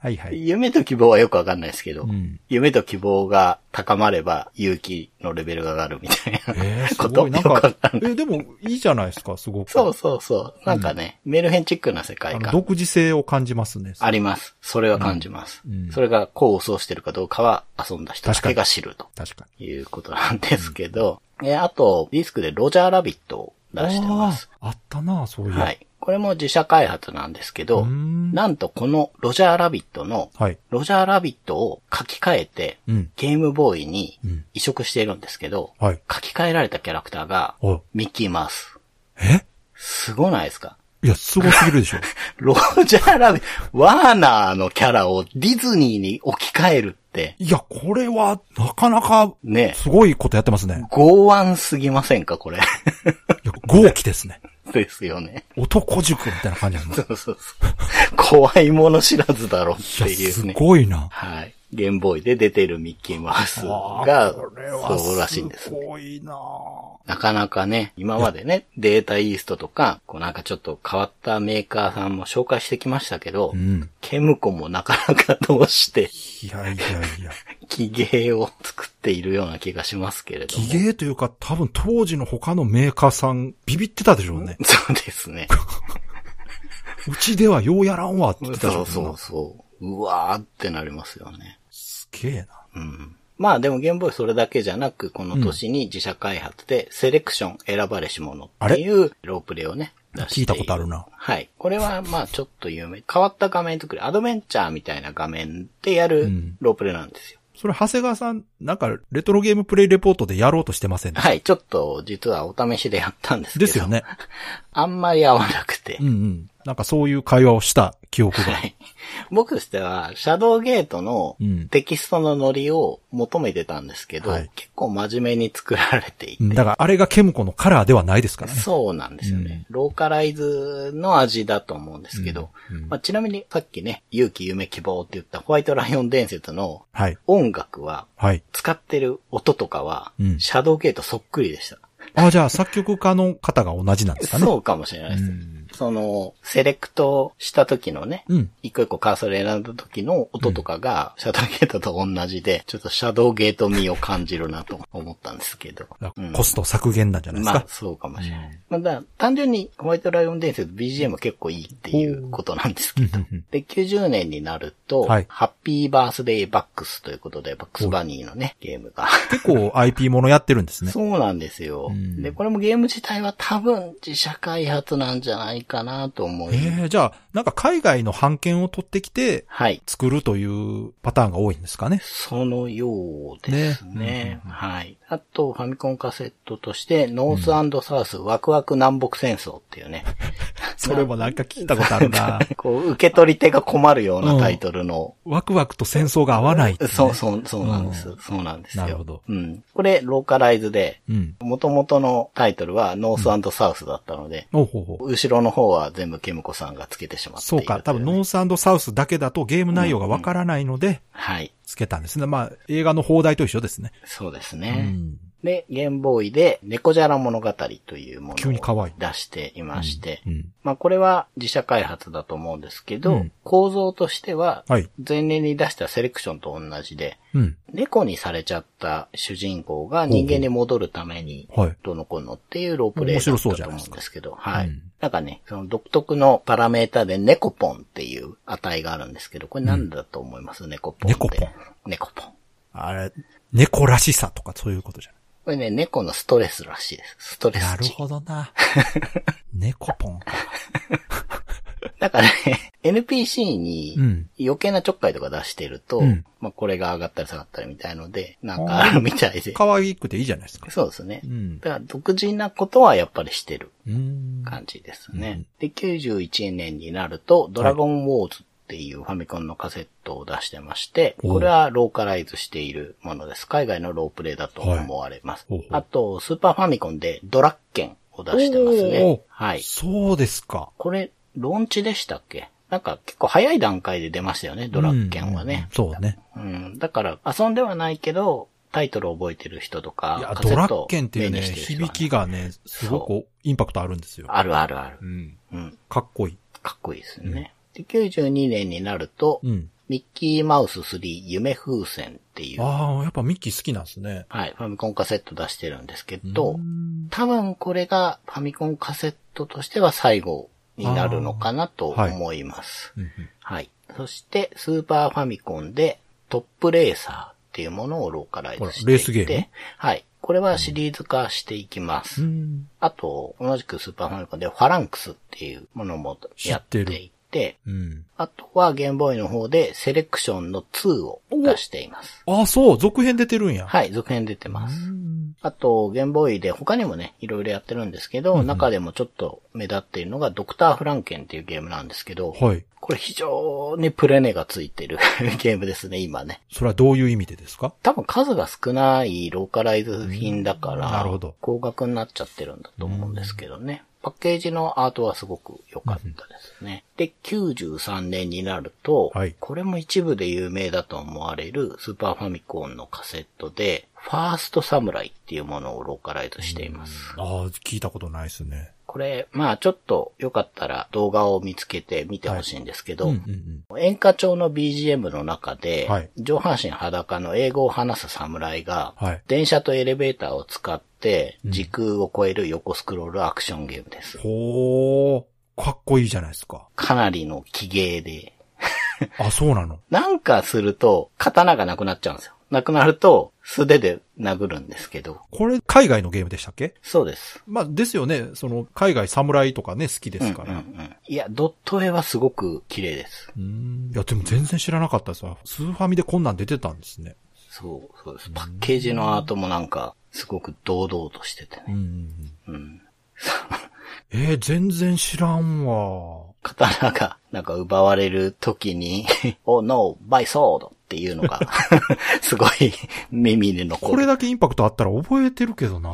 Speaker 2: はいはい。
Speaker 3: 夢と希望はよくわかんないですけど、
Speaker 2: うん
Speaker 3: 夢と希望が高まれば勇気のレベルが上がるみたい
Speaker 2: えー、
Speaker 3: な
Speaker 2: す
Speaker 3: こと。
Speaker 2: ごい。なん
Speaker 3: よくわ
Speaker 2: か
Speaker 3: かんな、い
Speaker 2: え、でも、いいじゃないですか、すごく。
Speaker 3: そうそうそう。なんかね、メルヘンチックな世界
Speaker 2: あの
Speaker 3: 観
Speaker 2: 独自性を感じますね。
Speaker 3: あります。それは感じます。
Speaker 2: うん
Speaker 3: それが功を奏してるかどうかは遊んだ人だけが知ると。
Speaker 2: 確か
Speaker 3: いうことなんですけど、え、あと、ディスクでロジャーラビットを
Speaker 2: に。
Speaker 3: 出してます。
Speaker 2: あーあったな、そういう。
Speaker 3: はい。これも自社開発なんですけ
Speaker 2: うー
Speaker 3: ど、
Speaker 2: ん。
Speaker 3: なんとこのロジャーラビットの、
Speaker 2: はい。
Speaker 3: ロジャーラビットを書き換えて、
Speaker 2: うん。
Speaker 3: ゲームボーイに
Speaker 2: うん
Speaker 3: 移植しているんですけど、
Speaker 2: はい。
Speaker 3: 書き換えられたキャラクターが、
Speaker 2: お
Speaker 3: ミッキーマウス。
Speaker 2: え
Speaker 3: すごないですか
Speaker 2: いや、すごすぎるで しょ。
Speaker 3: ロジャーラビット、ワーナーのキャラをディズニーに置き換えるって、
Speaker 2: いや、これは、なかなか、
Speaker 3: ね、
Speaker 2: すごいことやってますね。
Speaker 3: 剛腕すぎませんかこれ。
Speaker 2: いや、豪気ですね。
Speaker 3: ですよね。
Speaker 2: 男塾みたいな感じなんで
Speaker 3: そうそうそう。怖いもの知らずだろっ
Speaker 2: す。
Speaker 3: て
Speaker 2: いや、
Speaker 3: い
Speaker 2: す
Speaker 3: うね。
Speaker 2: ごいな。
Speaker 3: はい。ゲームボーイで出てるミッキーマウスが、そうらしいんです
Speaker 2: す。ごいな
Speaker 3: なかなかね、今までね、データイーストとか、こうなんかちょっと変わったメーカーさんも紹介してきましたけど、
Speaker 2: うん。
Speaker 3: ケムコもなかなかどうして、
Speaker 2: いやいやいや。
Speaker 3: 機芸を作っているような気がしますけれども。
Speaker 2: 技芸というか、多分当時の他のメーカーさん、ビビってたでしょうね。
Speaker 3: そうですね。
Speaker 2: うちではようやらんわって言ってたでし
Speaker 3: そ
Speaker 2: ょ
Speaker 3: うそうそう。うわーってなりますよね。
Speaker 2: すげえな。
Speaker 3: うん。まあでもゲームボーイそれだけじゃなく、この年に自社開発で、セレクション選ばれし者っていうロープレイをね、出して
Speaker 2: 聞いたことあるな。
Speaker 3: はい。これは、まあ、ちょっと有名。変わった画面作り。アドベンチャーみたいな画面でや
Speaker 2: う
Speaker 3: る
Speaker 2: ん
Speaker 3: ロープレイなんですよ。
Speaker 2: それ、長谷川さん、なんか、レトロゲームプレイレポートでやろうとしてま せんね。
Speaker 3: はい。ちょっと、実はお試しでやったんですけど。
Speaker 2: ですよね。
Speaker 3: あんまり合わなくて。
Speaker 2: うんうん。なんかそういう会話をした記憶が。
Speaker 3: はい。僕としては、シャドウゲートの
Speaker 2: うん
Speaker 3: テキストのノリを求めてたんですけど、
Speaker 2: はい
Speaker 3: 結構真面目に作られていて、
Speaker 2: うんだからあれがケムコのカラーではないですからね。
Speaker 3: そうなんですよね、ローカライズの味だと思うんですけど、
Speaker 2: うんうん
Speaker 3: まあ、ちなみにさっきね、勇気、夢、希望って言ったホワイトライオン伝説の
Speaker 2: はい。
Speaker 3: 音楽は、
Speaker 2: はい。
Speaker 3: 使ってる音とかは、
Speaker 2: うん
Speaker 3: シャドウゲートそっくりでした。
Speaker 2: あ、じゃあ作曲家の方が同じなんですかね。
Speaker 3: そうかもしれないです。
Speaker 2: うん
Speaker 3: その、セレクトした時のね、
Speaker 2: うん。
Speaker 3: 一個一個カーソル選んだ時の音とかが、シャドウゲートと同じで、ちょっとシャドウゲート味を感じるなと思ったんですけど。
Speaker 2: だか
Speaker 3: う
Speaker 2: ら
Speaker 3: ん
Speaker 2: コスト削減なんじゃないです
Speaker 3: まあ
Speaker 2: か、。
Speaker 3: そうかもしれない。まあだから単純にホワイトライオン伝説 BGM は結構いいっていうことなんですけど。で、90年になると、
Speaker 2: はい
Speaker 3: ハッピーバースデーバックスということで、バックスバニーのね、ゲームが。
Speaker 2: 結構 IP ものやってるんですね。
Speaker 3: そうなんですよ、
Speaker 2: うん
Speaker 3: で、これもゲーム自体は多分自社開発なんじゃないかなと思い、
Speaker 2: ええじゃあ、なんか海外の版権を取ってきて
Speaker 3: はい。
Speaker 2: 作るというパターンが多いんですか ね。
Speaker 3: そのようですね。
Speaker 2: ね
Speaker 3: はい。あと、ファミコンカセットとして、ノースサウスワクワク南北戦争っていうね。
Speaker 2: それもなんか聞いたことあるな。
Speaker 3: こう、受け取り手が困るようなタイトルの。
Speaker 2: ワクワクと戦争が合わない、
Speaker 3: そうそう、そうなんです。
Speaker 2: う
Speaker 3: そうなんですよ。
Speaker 2: なるほど
Speaker 3: うん。これ、ローカライズで、
Speaker 2: う。うん。
Speaker 3: 元々のタイトルはノースサウスだったので、
Speaker 2: おうほうほう。
Speaker 3: 後ろの方は全部ケムコさんがつけてしまってい
Speaker 2: そう
Speaker 3: るとい
Speaker 2: か、多分ノ
Speaker 3: ー
Speaker 2: ースサウスだけだとゲーム内容がわからないので、
Speaker 3: はい。
Speaker 2: つけたんですね。まあ、映画の放題と一緒ですね。
Speaker 3: そうです
Speaker 2: う
Speaker 3: ね。
Speaker 2: ん。
Speaker 3: で、ゲームボーイで、猫じゃら物語というも
Speaker 2: 急に可
Speaker 3: のを
Speaker 2: 愛い
Speaker 3: 出していまして、
Speaker 2: うん。
Speaker 3: まあこれは自社開発だと思うんですけ
Speaker 2: う
Speaker 3: ど、
Speaker 2: ん
Speaker 3: 構造としては、
Speaker 2: はい。
Speaker 3: 前年に出したセレクションと同じで、
Speaker 2: うん。
Speaker 3: 猫にされちゃった主人公が人間に戻るために、
Speaker 2: はい。
Speaker 3: どうのこうのっていうロープレイだったと思うんですけど、はい。
Speaker 2: うん
Speaker 3: なんかね、その独特のパラメーターで猫ポンっていう値があるんですけど、これ何だと思います、猫ポンって。
Speaker 2: 猫ポン
Speaker 3: 猫ポン。
Speaker 2: あれ、猫らしさとかそういうことじゃない。
Speaker 3: これね、猫のストレスらしいです。ストレス
Speaker 2: なる
Speaker 3: 値。
Speaker 2: ほど な。猫ポンか。
Speaker 3: だからね、NPC に
Speaker 2: うん
Speaker 3: 余計なちょっかいとか出してると、
Speaker 2: うん
Speaker 3: まあこれが上がったり下がったりみたいので、なんかあるみたいで。
Speaker 2: 可愛くていいじゃないですか。
Speaker 3: そうですね。
Speaker 2: うん
Speaker 3: だから独自なことはやっぱりしてる
Speaker 2: うん。
Speaker 3: 感じですね。で、91年になると、ドラゴンウォーズっていうファミコンのカセットを出してまして、
Speaker 2: おう
Speaker 3: これはローカライズしているものです。海外のロープレイだと思われます。
Speaker 2: はいほうほう
Speaker 3: あと、スーパーファミコンでドラッケンを出してます
Speaker 2: おー
Speaker 3: ね。はい。
Speaker 2: そうですか。
Speaker 3: これ、ローンチでしたっけなんか結構早い段階で出ましたよね、ドラッケンはね。
Speaker 2: うん。うんそうね。
Speaker 3: うん。だから、遊んではないけど、タイトルを覚えてる人と
Speaker 2: い
Speaker 3: か
Speaker 2: や、、
Speaker 3: カセ
Speaker 2: ド
Speaker 3: ッ
Speaker 2: ラ
Speaker 3: ト
Speaker 2: ッ
Speaker 3: を
Speaker 2: ケンっていう
Speaker 3: 目
Speaker 2: ね、
Speaker 3: にしてる人は
Speaker 2: 響きがね、すごくインパクトあるんですよ。
Speaker 3: あるあるある
Speaker 2: う。ん。
Speaker 3: うん。
Speaker 2: かっこいい。
Speaker 3: かっこいいですよね。で、92年になると、
Speaker 2: うん。
Speaker 3: ミッキーマウス3夢風船っていう、は
Speaker 2: ああ、やっぱミッキー好きなんですね。
Speaker 3: い、ファミコンカセット出してるんですけど
Speaker 2: う、ん
Speaker 3: 多分これがファミコンカセットとしては最後になるのかなと
Speaker 2: あーはい
Speaker 3: 思います。
Speaker 2: うんうん
Speaker 3: はい。そして、スーパーファミコンでトップレーサーっていうものをローカライズしていて
Speaker 2: ほらレースゲーム
Speaker 3: はい。これはシリーズ化していきます。
Speaker 2: うん。
Speaker 3: あと、同じくスーパーファミコンでファランクスっていうものもやってい、
Speaker 2: 知ってうん。
Speaker 3: あとはゲームボーイの方でセレクションの2を出しています。
Speaker 2: ああ、そう、続編出てるんや。
Speaker 3: はい、続編出てます。
Speaker 2: うん
Speaker 3: あと、ゲームボーイで他にもね、いろいろやってるんですけど、中でもちょっと目立っているのが、ドクター・フランケンっていうゲームなんですけど、
Speaker 2: はい。
Speaker 3: これ非常にプレネがついてる ゲームですね、今ね。
Speaker 2: それはどういう意味でですか
Speaker 3: 多分数が少ないローカライズ品だから、
Speaker 2: うんなるほど
Speaker 3: 高額になっちゃってるんだと思うんですけどね。パッケージのアートはすごく良かったですね。で、93年になると、
Speaker 2: はい
Speaker 3: これも一部で有名だと思われるスーパーファミコンのカセットで、ファーストサムライっていうものをローカライズしています。
Speaker 2: ああ、聞いたことないですね。
Speaker 3: これ、まあちょっとよかったら動画を見つけて見てほしいんですけど、
Speaker 2: うんうん
Speaker 3: 演歌調の BGM の中で、
Speaker 2: はい
Speaker 3: 上半身裸の英語を話す侍が、
Speaker 2: はい
Speaker 3: 電車とエレベーターを使って時空を超える横スクロールアクションゲームです
Speaker 2: うん。。ほー、かっこいいじゃないですか。
Speaker 3: かなりの奇芸で、
Speaker 2: あ、そうなの。
Speaker 3: なんかすると刀がなくなっちゃうんですよ。なくなると素手で殴るんですけど、
Speaker 2: これ、海外のゲームでしたっけ
Speaker 3: そうです。
Speaker 2: まあ、ですよね。その、海外侍とかね、好きですから。
Speaker 3: うんうんうんいや、ドット絵はすごく綺麗です。
Speaker 2: うんいや、でも全然知らなかったですわ。スーファミでこんなん出てたんですね。
Speaker 3: そう、そうです。パッケージのアートもなんか、すごく堂々としててね。
Speaker 2: うん。
Speaker 3: うん。
Speaker 2: えー、全然知らんわ。
Speaker 3: 刀が、なんか奪われる時 に、oh no, by sword っていうのが、すごい耳に残る。
Speaker 2: これだけインパクトあったら覚えてるけどな。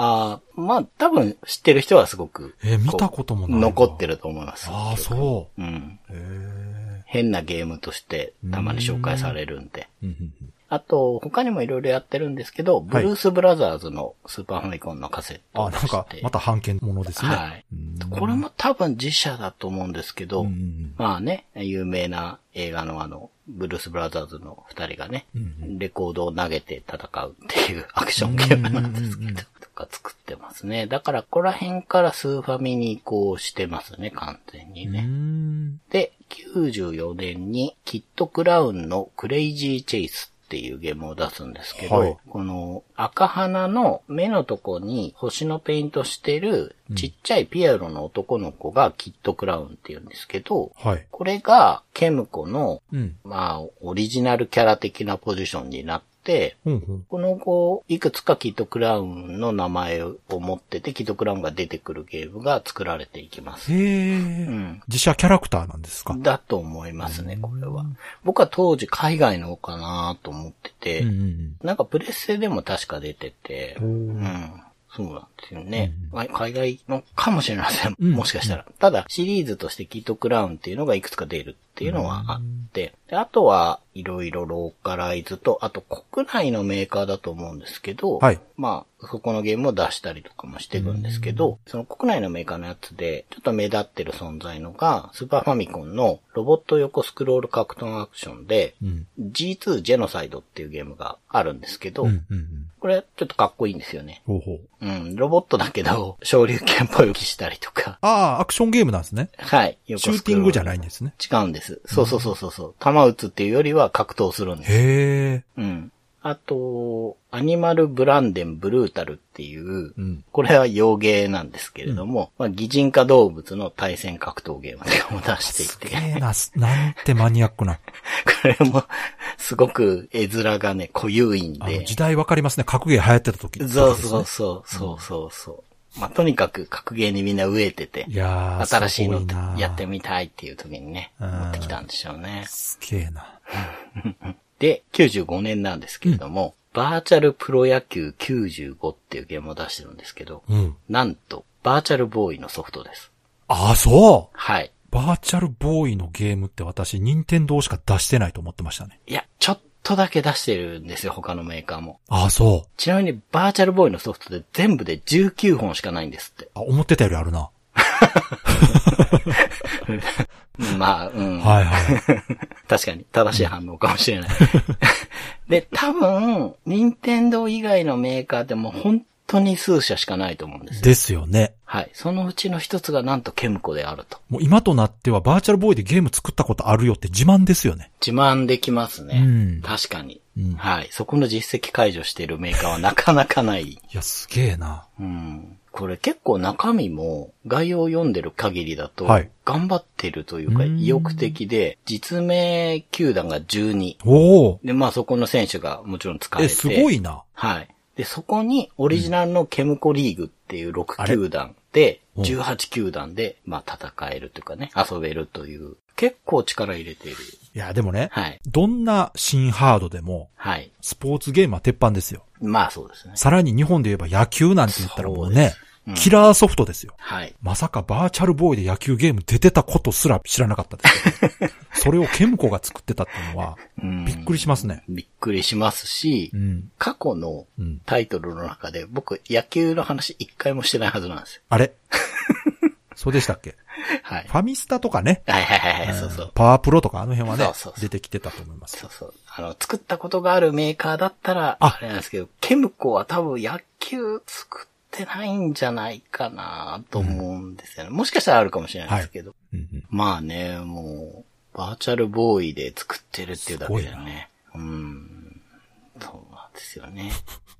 Speaker 3: ああ、まあ、多分知ってる人はすごく、
Speaker 2: えー見たこともないわ
Speaker 3: 残ってると思います。。
Speaker 2: ああ、そう
Speaker 3: うん。
Speaker 2: う。へえ。
Speaker 3: 変なゲームとして、たまに紹介されるんで。
Speaker 2: うんうんうん
Speaker 3: あと、他にもいろいろやってるんですけど、ブルース・ブラザーズのスーパーファミコンのカセット
Speaker 2: あ、
Speaker 3: を出
Speaker 2: な
Speaker 3: して。
Speaker 2: んか、また版権ものですね。
Speaker 3: はい。
Speaker 2: うん
Speaker 3: これも多分自社だと思うんですけど、
Speaker 2: うんうん
Speaker 3: まあね、有名な映画のあの、ブルース・ブラザーズの二人がね、
Speaker 2: うんうん
Speaker 3: レコードを投げて戦うっていうアクションゲームなんですけ
Speaker 2: うんうんうんう
Speaker 3: ど
Speaker 2: ん、
Speaker 3: とか作ってますね。だから、ここら辺からスーファミに移行してますね、完全に
Speaker 2: う
Speaker 3: ね。
Speaker 2: ん。
Speaker 3: で、94年にキットクラウンのクレイジーチェイスっていうゲームを出すんですけど、
Speaker 2: はい
Speaker 3: この赤鼻の目のとこに星のペイントしてるちっちゃいピアノの男の子がキットクラウンって言うんですけど、
Speaker 2: はい。
Speaker 3: これがケムコの、
Speaker 2: うん。
Speaker 3: まあ、オリジナルキャラ的なポジションになって、
Speaker 2: ほんほん。
Speaker 3: この後、いくつかキットクラウンの名前を持ってて、キットクラウンが出てくるゲームが作られていきます。
Speaker 2: へ
Speaker 3: う
Speaker 2: え。
Speaker 3: ん。
Speaker 2: 自社キャラクターなんですか。
Speaker 3: だと思いますね、これは。僕は当時海外のかなと思ってて、
Speaker 2: うんうん
Speaker 3: なんかプレステでも確か出てて、
Speaker 2: う。
Speaker 3: う
Speaker 2: お
Speaker 3: ん
Speaker 2: ー
Speaker 3: ん。そうなんですよね
Speaker 2: うん。
Speaker 3: はい海外のかもしれません。
Speaker 2: うん
Speaker 3: もしかしたら。ただ、シリーズとしてキットクラウンっていうのがいくつか出るっていうのはあって、であとは、いろいろローカライズと、あと国内のメーカーだと思うんですけど、
Speaker 2: はい
Speaker 3: まあ、そこのゲームを出したりとかもしていくんですけど、その国内のメーカーのやつで、ちょっと目立ってる存在のが、スーパーファミコンのロボット横スクロール格闘アクションで、
Speaker 2: うん。
Speaker 3: G2 ジェノサイドっていうゲームがあるんですけど、
Speaker 2: うんうんうん。
Speaker 3: これちょっとかっこいいんですよね。
Speaker 2: ほうほう。
Speaker 3: うん、ロボットだけど、 昇竜拳っぽい動きしたりとか。
Speaker 2: ああ、アクションゲームなんですね。
Speaker 3: はい。。
Speaker 2: シューティングじゃないいんですね。
Speaker 3: 違うんです。そうそうそうそうそう。弾撃つっていうよりは格闘するんです。
Speaker 2: へえ。
Speaker 3: うん。あと、アニマルブランデンブルータルっていう、
Speaker 2: うん。
Speaker 3: これは洋芸なんですけれども、まあ、擬人化動物の対戦格闘ゲームとかも出して
Speaker 2: え
Speaker 3: いて、
Speaker 2: えな、なんてマニアックな。
Speaker 3: これも、すごく絵面がね、固有いん
Speaker 2: あの
Speaker 3: で、
Speaker 2: 時代わかりますね。格ゲー流行ってた時。
Speaker 3: そうそうそう、そうそうそう。まあ、とにかく格ゲーにみんな飢えてて
Speaker 2: い、やー、
Speaker 3: 新しい
Speaker 2: すごな
Speaker 3: のやってみたいっていう時にね、
Speaker 2: う
Speaker 3: 持
Speaker 2: ん
Speaker 3: ってきたんでしょうね。
Speaker 2: すげえな。
Speaker 3: で、95年なんですけれども、バーチャルプロ野球95っていうゲームを出してるんですけど、
Speaker 2: うん。
Speaker 3: なんと、バーチャルボーイのソフトです。
Speaker 2: ああ、そう
Speaker 3: はい。
Speaker 2: バーチャルボーイのゲームって私、任天堂しか出してないと思ってましたね。
Speaker 3: いや、ちょっとだけ出してるんですよ、他のメーカーも。
Speaker 2: ああ、そう。
Speaker 3: ちなみに、バーチャルボーイのソフトで全部で19本しかないんですって。
Speaker 2: あ、思ってたよりあるな。
Speaker 3: まあ、うん。
Speaker 2: はいはい。
Speaker 3: 確かに正しい反応かもし れない。で、多分、任天堂以外のメーカーでも本当に数社しかないと思うん ですよ。
Speaker 2: ですよね。
Speaker 3: はい。そのうちの一つがなんとケムコであると。
Speaker 2: もう今となってはバーチャルボーイでゲーム作ったことあるよって自慢ですよね。
Speaker 3: 自慢できますね。
Speaker 2: うん
Speaker 3: 確かに、
Speaker 2: うん
Speaker 3: はい。そこの実績解除してるメーカーはなかなかない。
Speaker 2: いや、すげえな。
Speaker 3: うん。これ結構中身も概要を読んでる限りだと、
Speaker 2: はい
Speaker 3: 頑張ってるというか
Speaker 2: うん
Speaker 3: 意欲的で、実名球団が12。
Speaker 2: おお。
Speaker 3: で、まあそこの選手がもちろん使え
Speaker 2: え、
Speaker 3: て。
Speaker 2: すごいな。
Speaker 3: はい。で、そこにオリジナルのケムコリーグっていう
Speaker 2: あ
Speaker 3: 6
Speaker 2: れ
Speaker 3: 球団で、
Speaker 2: うん
Speaker 3: 18球団で、まあ戦えるというかね、遊べるという、結構力入れている。
Speaker 2: いや、でもね、
Speaker 3: はい。
Speaker 2: どんな新ハードでも、
Speaker 3: はい。
Speaker 2: スポーツゲームは鉄板ですよ。
Speaker 3: まあそうですね。
Speaker 2: さらに日本で言えば野球なんて言ったらもうね、
Speaker 3: そうですうん
Speaker 2: キラーソフトですよ。
Speaker 3: はい。
Speaker 2: まさかバーチャルボーイで野球ゲーム出てたことすら知らなかったですけど。 それをケムコが作ってたっていうのは、
Speaker 3: うん
Speaker 2: びっくりしますね。
Speaker 3: びっくりしますし、
Speaker 2: うん。
Speaker 3: 過去の
Speaker 2: うん。
Speaker 3: タイトルの中で僕野球の話一回もしてないはずなんですよ。
Speaker 2: あ れそうでしたっけ
Speaker 3: はい
Speaker 2: フ。ァミスタとかね。
Speaker 3: はいはいはいはい、そうそう。
Speaker 2: パワープロとかあの辺はね
Speaker 3: そうそうそう
Speaker 2: 出てきてたと思います。
Speaker 3: そうそう。あの、作ったことがあるメーカーだったら、
Speaker 2: あ
Speaker 3: あれなんですけど、ケムコは多分野球作ってないんじゃないかなと思うんですよね。もしかしたらあるかもしれないですけど。
Speaker 2: うんうん
Speaker 3: まあね、もう、バーチャルボーイで作ってるっていうだけだよね。うん。そうなんですよね。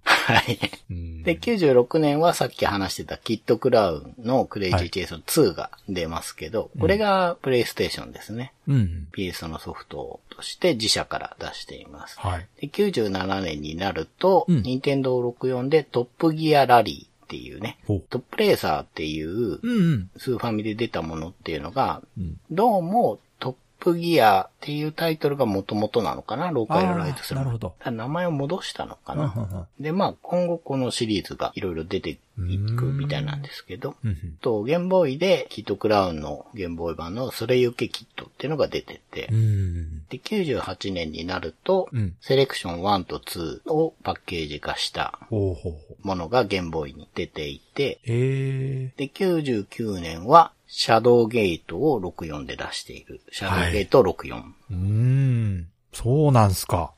Speaker 3: はい。
Speaker 2: うん
Speaker 3: で、96年はさっき話してたキットクラウンのクレイジーチェイソン2が出ますけど、これがプレイステーションですね。
Speaker 2: うん。
Speaker 3: PS のソフトとして自社から出しています。
Speaker 2: はい。
Speaker 3: で97年になると、
Speaker 2: うん
Speaker 3: 任天堂64でトップギアラリーっっていうね、
Speaker 2: ほう。
Speaker 3: トップレーサーっていう
Speaker 2: うんうん。
Speaker 3: スーファミで出たものっていうのが、
Speaker 2: うん
Speaker 3: どうもトップギアっていうタイトルが元々なのかな、ローカルライトする。
Speaker 2: あーなるほど
Speaker 3: だから名前を戻したのか
Speaker 2: うんうん
Speaker 3: な。で、まあ今後このシリーズがいろいろ出ていくみたいなんですけど、
Speaker 2: うんうん
Speaker 3: と、ゲームボーイでキットクラウンのゲームボーイ版のそれゆけキットっていうのが出てて
Speaker 2: う、ん。
Speaker 3: で、98年になると、
Speaker 2: うん
Speaker 3: セレクション1と2をパッケージ化した
Speaker 2: ほうほうほう。
Speaker 3: ものがゲームボーイに出ていて、
Speaker 2: ええ
Speaker 3: で、99年は、シャドウゲートを64で出している。シャドウゲート64。はい。
Speaker 2: ー。うーん。そうなんすか。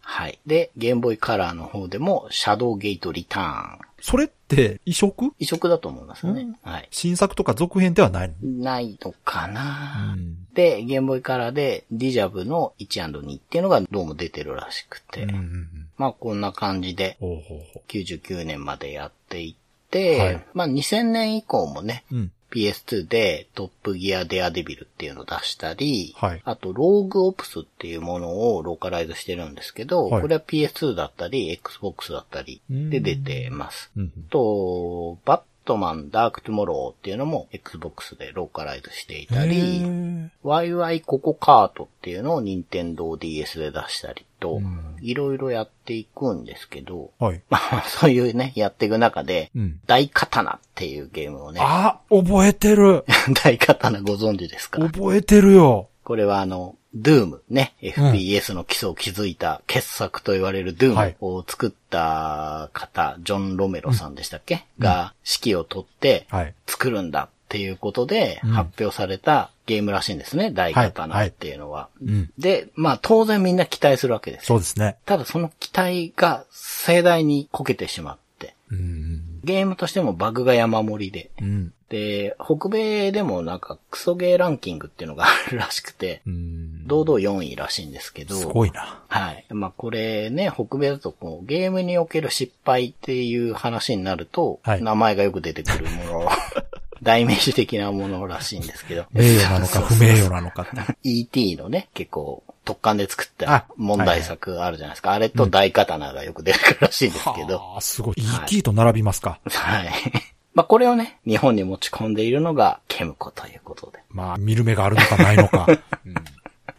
Speaker 3: で、ゲームボーイカラーの方でも、シャドウゲートリターン。
Speaker 2: それって移植
Speaker 3: 移植だと思いますよね。はい。
Speaker 2: 新作とか続編ではないの
Speaker 3: ないのかな、
Speaker 2: うん
Speaker 3: で、ゲームボーイカラーで、ディジャブの 1&2 っていうのがどうも出てるらしくて。
Speaker 2: うんうんうん。
Speaker 3: まあ、こんな感じで、
Speaker 2: ほうほうほ
Speaker 3: 99年までやっていって、
Speaker 2: はい
Speaker 3: まあ、2000年以降もね、
Speaker 2: う。うん。
Speaker 3: PS2 でトップギアデアデビルっていうのを出したり、
Speaker 2: はい
Speaker 3: あとローグオプスっていうものをローカライズしてるんですけど、
Speaker 2: はい
Speaker 3: これは PS2 だったり、Xbox だったりで出てます。
Speaker 2: うん
Speaker 3: あと、バットマンダークトゥモローっていうのも Xbox でローカライズしてい
Speaker 2: うん。
Speaker 3: た
Speaker 2: へ
Speaker 3: り、
Speaker 2: ー
Speaker 3: ワイワイココカートっていうのを Nintendo DS で出したりと、いろいろやっていくんですけど、
Speaker 2: はい。
Speaker 3: まあ、 そういうね、やっていく中で、
Speaker 2: うん。
Speaker 3: 大刀っていうゲームをね、
Speaker 2: あ、覚えてる。
Speaker 3: 大刀ご存知ですか
Speaker 2: 覚えてるよ。
Speaker 3: これはあの、ドゥームね、FPS の基礎を築いた傑作と言われるドゥ
Speaker 2: は
Speaker 3: ー
Speaker 2: い
Speaker 3: ムを作った方、ジョン・ロメロさんでしたっけ、が指揮を取って
Speaker 2: はい。
Speaker 3: 作るんだっていうことで
Speaker 2: うん
Speaker 3: 発表されたゲームらしいんですね、大刀っていうのは。
Speaker 2: うん。
Speaker 3: で、まあ当然みんな期待するわけです
Speaker 2: そう
Speaker 3: よ。
Speaker 2: ですね。
Speaker 3: ただその期待が盛大にこけてしまって、
Speaker 2: うん。
Speaker 3: ゲームとしてもバグが山盛りで、
Speaker 2: うん。
Speaker 3: で、北米でもなんかクソゲーランキングっていうのがあるらしくて、
Speaker 2: うん。
Speaker 3: 堂々4位らしいんですけど、
Speaker 2: すごいな。
Speaker 3: はい。まあ、これね、北米だとこう、ゲームにおける失敗っていう話になると、
Speaker 2: はい
Speaker 3: 名前がよく出てくる もの、代名詞的なものらしいんですけど、
Speaker 2: 名誉なのか
Speaker 3: そうそうそう
Speaker 2: 不名誉なのかって。
Speaker 3: ET のね、結構、特艦で作っ
Speaker 2: あ
Speaker 3: た問題作あるじゃないですか。あ,、れと大刀がよく出てくるらしいんですけど、
Speaker 2: はあ、すごい。ET と並びますか。
Speaker 3: はい。まあ、これをね、日本に持ち込んでいるのが、ケムコということで。
Speaker 2: まあ、見る目があるのかない のか。うん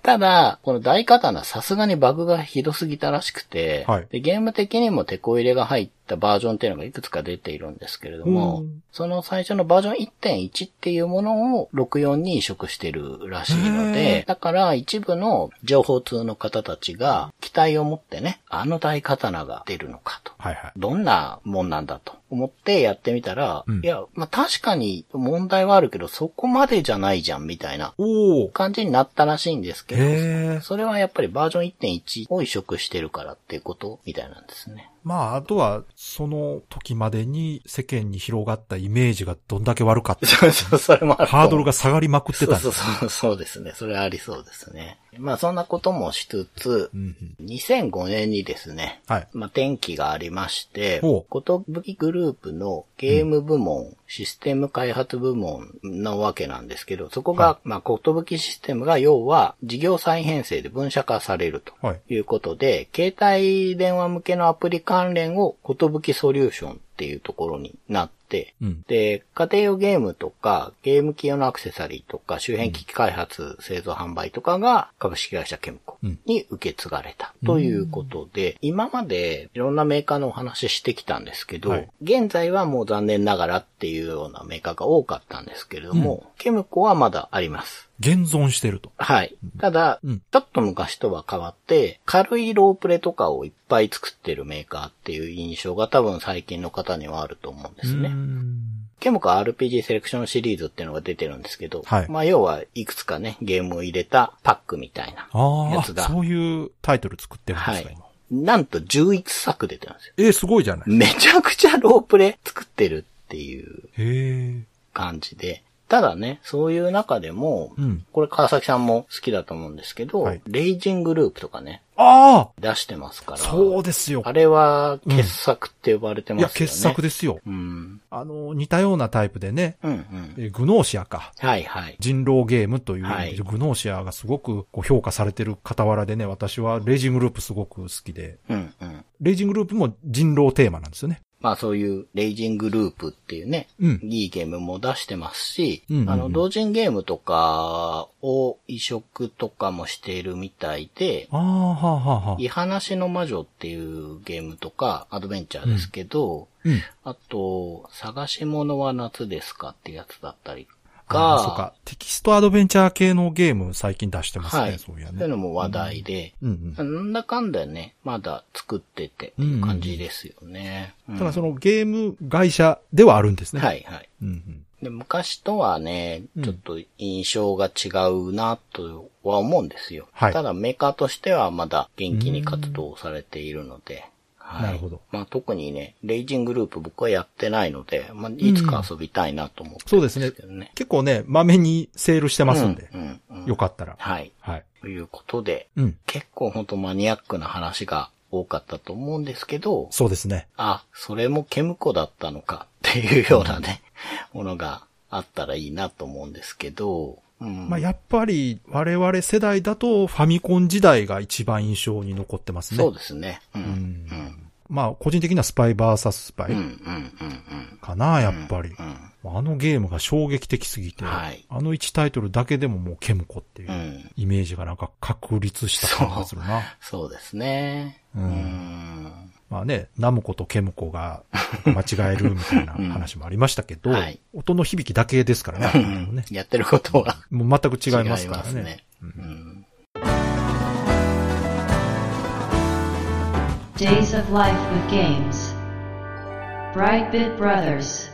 Speaker 3: ただ、この大刀さすがにバグがひどすぎたらしくて、
Speaker 2: はい
Speaker 3: で、ゲーム的にもテこ入れが入ったバージョンっていうのがいくつか出ているんですけれども
Speaker 2: うん、
Speaker 3: その最初のバージョン1.1っていうものを64に移植してるらしいので、だから一部の情報通の方たちが期待を持ってね、あの大刀が出るのかと。
Speaker 2: はいはい。
Speaker 3: どんなもんなんだと思ってやってみたら、
Speaker 2: うん
Speaker 3: いや、まあ、確かに問題はあるけど、そこまでじゃないじゃん、みたいな
Speaker 2: おお。
Speaker 3: 感じになったらしいんですけど、
Speaker 2: へえ。
Speaker 3: それはやっぱりバージョン1.1を移植してるからっていうことみたいなんですね。
Speaker 2: まあ、あとは、その時までに世間に広がったイメージがどんだけ悪 かった。
Speaker 3: そうそう、それもあると思
Speaker 2: ハ
Speaker 3: う
Speaker 2: ードルが下がりまくってたんだ。
Speaker 3: そうそうそう、そうですね。それはありそうですね。まあそんなこともしつつ
Speaker 2: う、んうん。
Speaker 3: 2005年にですね、
Speaker 2: はい。
Speaker 3: まあ転機がありまして、
Speaker 2: ほう
Speaker 3: ことぶきグループのゲーム部門、システム開発部門なわけなんですけど、そこが、
Speaker 2: は
Speaker 3: まあことぶきシステムが要は事業再編成で分社化されると。
Speaker 2: はい。
Speaker 3: ということで、携帯電話向けのアプリ関連を、ことぶきソリューションっていうところになって、
Speaker 2: うん。
Speaker 3: で、家庭用ゲームとか、ゲーム機用のアクセサリーとか、周辺機器開発、製造販売とかが、株式会社ケムコ
Speaker 2: うん
Speaker 3: に受け継がれた。ということで、今までいろんなメーカーのお話ししてきたんですけど、
Speaker 2: はい
Speaker 3: 現在はもう残念ながらっていうようなメーカーが多かったんですけれども、ケムコはまだあります。
Speaker 2: 現存してると。
Speaker 3: はい。ただ、
Speaker 2: うん
Speaker 3: ちょっと昔とは変わって、軽いロープレとかをいっぱい作ってるメーカーっていう印象が多分最近の方にはあると思うんです
Speaker 2: うー
Speaker 3: ね。
Speaker 2: ん
Speaker 3: ケモカ RPG セレクションシリーズっていうのが出てるんですけど、
Speaker 2: はい
Speaker 3: まあ要はいくつかね、ゲームを入れたパックみたいな。
Speaker 2: あ
Speaker 3: や
Speaker 2: あ、
Speaker 3: つだ
Speaker 2: そういうタイトル作ってるんで
Speaker 3: は
Speaker 2: すか、
Speaker 3: い
Speaker 2: 今。。
Speaker 3: なんと11作出てるんですよ。
Speaker 2: えー、すごいじゃない。
Speaker 3: めちゃくちゃロープレ作ってるっていう
Speaker 2: へえ。
Speaker 3: 感じで。ただね、そういう中でも、
Speaker 2: うん
Speaker 3: これ川崎さんも好きだと思うんですけど、
Speaker 2: はい
Speaker 3: レイジングループとかね、
Speaker 2: あ
Speaker 3: 出してますか
Speaker 2: あ
Speaker 3: ら。
Speaker 2: そうですよ
Speaker 3: あ。れは傑作って呼ばれて
Speaker 2: い
Speaker 3: ます
Speaker 2: や、
Speaker 3: よね。
Speaker 2: 傑作で
Speaker 3: で。
Speaker 2: すよ。
Speaker 3: うん。
Speaker 2: あの、似たようなタイプでね、
Speaker 3: うんうん。
Speaker 2: えーグノーシアか。
Speaker 3: はいはい。
Speaker 2: 人狼ゲームという意味で、
Speaker 3: はい
Speaker 2: グノーシアがすごくこう評価されてる傍らでね、私はレイジングループすごく好きで、
Speaker 3: うんうん。
Speaker 2: レイジングループも人狼テーマなんですよね。
Speaker 3: まあそういうレイジングループっていうね、
Speaker 2: うん
Speaker 3: いいゲームも出してますし、
Speaker 2: うんうんうん
Speaker 3: あの、同人ゲームとかを移植とかもしているみたいで、
Speaker 2: ああ、はあはあはあ
Speaker 3: い。話の魔女っていうゲームとか、アドベンチャーですけど、
Speaker 2: うん。
Speaker 3: あと、探し物は夏ですかってやつだったり
Speaker 2: あ
Speaker 3: が、
Speaker 2: あそうか。テキストアドベンチャー系のゲーム最近出してますね、
Speaker 3: はい。
Speaker 2: そ
Speaker 3: そうう
Speaker 2: い
Speaker 3: いう
Speaker 2: や
Speaker 3: う
Speaker 2: ね。
Speaker 3: のも話題で、
Speaker 2: うんうん。
Speaker 3: なんだかんだね、まだ作っててっていう感じですよね。うん
Speaker 2: ただそのゲーム会社ではあるんですね。。
Speaker 3: はいいはい。
Speaker 2: うんうん。
Speaker 3: で昔とはね
Speaker 2: うん、
Speaker 3: ちょっと印象が違うなとは思うんですよ。
Speaker 2: はい
Speaker 3: ただメーカーとしてはまだ元気に活動されているので。はい
Speaker 2: なるほど。
Speaker 3: まあ特にね、レイジングループ僕はやってないので、まあいつか遊びたいなと思って
Speaker 2: そうですね
Speaker 3: け。どね。
Speaker 2: 結構ね、豆にセールしてますんで
Speaker 3: う、んうんうん
Speaker 2: よかったら。
Speaker 3: はい。
Speaker 2: はい。
Speaker 3: ということで、
Speaker 2: うん。
Speaker 3: 結構ほんとマニアックな話が多かったと思うんですけど、
Speaker 2: そうですね。
Speaker 3: あ、それもケムコだったのかっていうようなね、ものがあったらいいなと思うんですけど、うん。
Speaker 2: まあ、やっぱり我々世代だとファミコン時代が一番印象に残ってますね。
Speaker 3: そうですね。うん。うん。
Speaker 2: まあ、個人的にはスパイバーサススパ
Speaker 3: うん。うん。う
Speaker 2: イ
Speaker 3: ん。
Speaker 2: かな、やっぱり
Speaker 3: う。ん。
Speaker 2: あのゲームが衝撃的すぎて、
Speaker 3: はい。
Speaker 2: あの1タイトルだけでももうケムコっていううんイメージがなんか確立した感じがするな。
Speaker 3: そうですね。
Speaker 2: う
Speaker 3: うんん。
Speaker 2: まあね、ナムコとケムコが間違えるみた いな話もありましたけど、
Speaker 3: うんはい
Speaker 2: 音の響きだけですからねあの辺もね。
Speaker 3: やってることは
Speaker 2: もう全く違
Speaker 3: 違
Speaker 2: い
Speaker 3: い
Speaker 2: ま
Speaker 3: ますす
Speaker 2: からね。
Speaker 3: ね。うん。
Speaker 1: Days of Life with Games. Brightbit Brothers.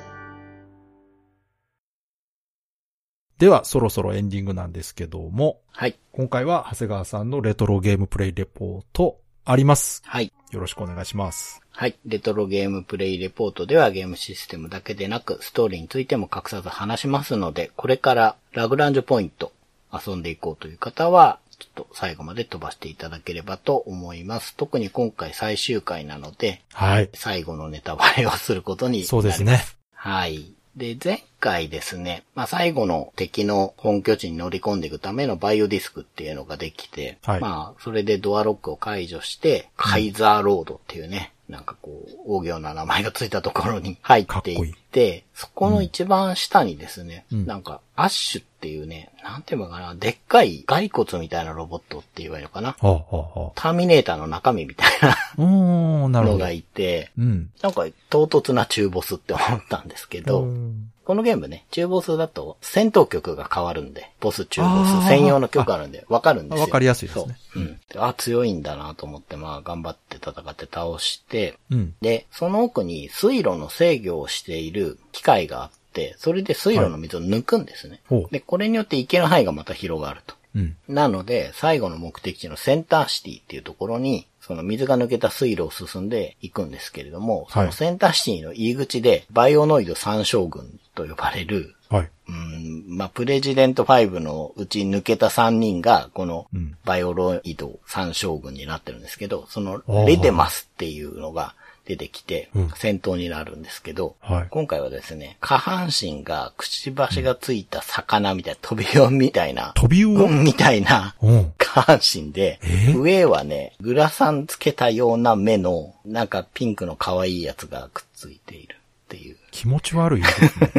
Speaker 2: では、そろそろエンディングなんですけども、
Speaker 3: はい。
Speaker 2: 今回は長谷川さんのレトロゲームプレイレポートあります。
Speaker 3: はい。
Speaker 2: よろしくお願いします。
Speaker 3: はい。レトロゲームプレイレポートではゲームシステムだけでなく、ストーリーについても隠さず話しますので、これからラグランジュポイント遊んでいこうという方は、ちょっと最後まで飛ばしていただければと思います。特に今回最終回なので、
Speaker 2: はい。
Speaker 3: 最後のネタバレをすることになります。
Speaker 2: そうですね。
Speaker 3: はい。で、前回ですね、まあ、最後の敵の本拠地に乗り込んでいくためのバイオディスクっていうのができて、
Speaker 2: はい
Speaker 3: まあ、それでドアロックを解除して、カイザーロードっていうね、なんかこう、大行な名前がついたところに入って
Speaker 2: かっこい
Speaker 3: い
Speaker 2: い
Speaker 3: って、そこの一番下にですね、
Speaker 2: うん
Speaker 3: なんか、アッシュっていうね、なんていうのかな、でっかい骸骨みたいなロボットって言えばいいのかな。
Speaker 2: はあ、はあは
Speaker 3: ターミネーターの中身みたいな
Speaker 2: あ、うーん、なる
Speaker 3: の
Speaker 2: ほど
Speaker 3: が。いて、
Speaker 2: うん。
Speaker 3: なんか、唐突な中ボスって思ったんですけど、
Speaker 2: ん
Speaker 3: このゲームね、中ボスだと戦闘曲が変わるんで、ボス中ボ
Speaker 2: あー
Speaker 3: ス専用の曲あるんで、わかるんですよ。
Speaker 2: わかりやすいですね
Speaker 3: そう。うん。であ、強いんだなと思って、まあ、頑張って戦って倒して、
Speaker 2: うん。
Speaker 3: で、その奥に水路の制御をしている機械があって、それで水路の水を抜くんですね。
Speaker 2: ほう
Speaker 3: で、これによって池の範囲がまた広がると。
Speaker 2: うん。
Speaker 3: なので、最後の目的地のセンターシティっていうところに、その水が抜けた水路を進んでいくんですけれども、そ
Speaker 2: はい
Speaker 3: のセンターシティの入り口で、バイオノイド三将軍と呼ばれる、
Speaker 2: はい。
Speaker 3: うん、まあ、プレジデント5のうち抜けた3人が、この
Speaker 2: うん
Speaker 3: バイオロイド3将軍になってるんですけど、その
Speaker 2: あー
Speaker 3: レテマスっていうのが出てきて
Speaker 2: うん、
Speaker 3: 戦闘になるんですけど、
Speaker 2: はい。
Speaker 3: 今回はですね、下半身がくちばしがついた魚みたいな、飛び魚みたいな、
Speaker 2: 飛び魚、
Speaker 3: うんみたいな、
Speaker 2: うん。
Speaker 3: 下半身で
Speaker 2: え、
Speaker 3: 上はね、グラサンつけたような目の、なんかピンクの可愛いやつがくっついているっていう。
Speaker 2: 気持ち悪いです ね。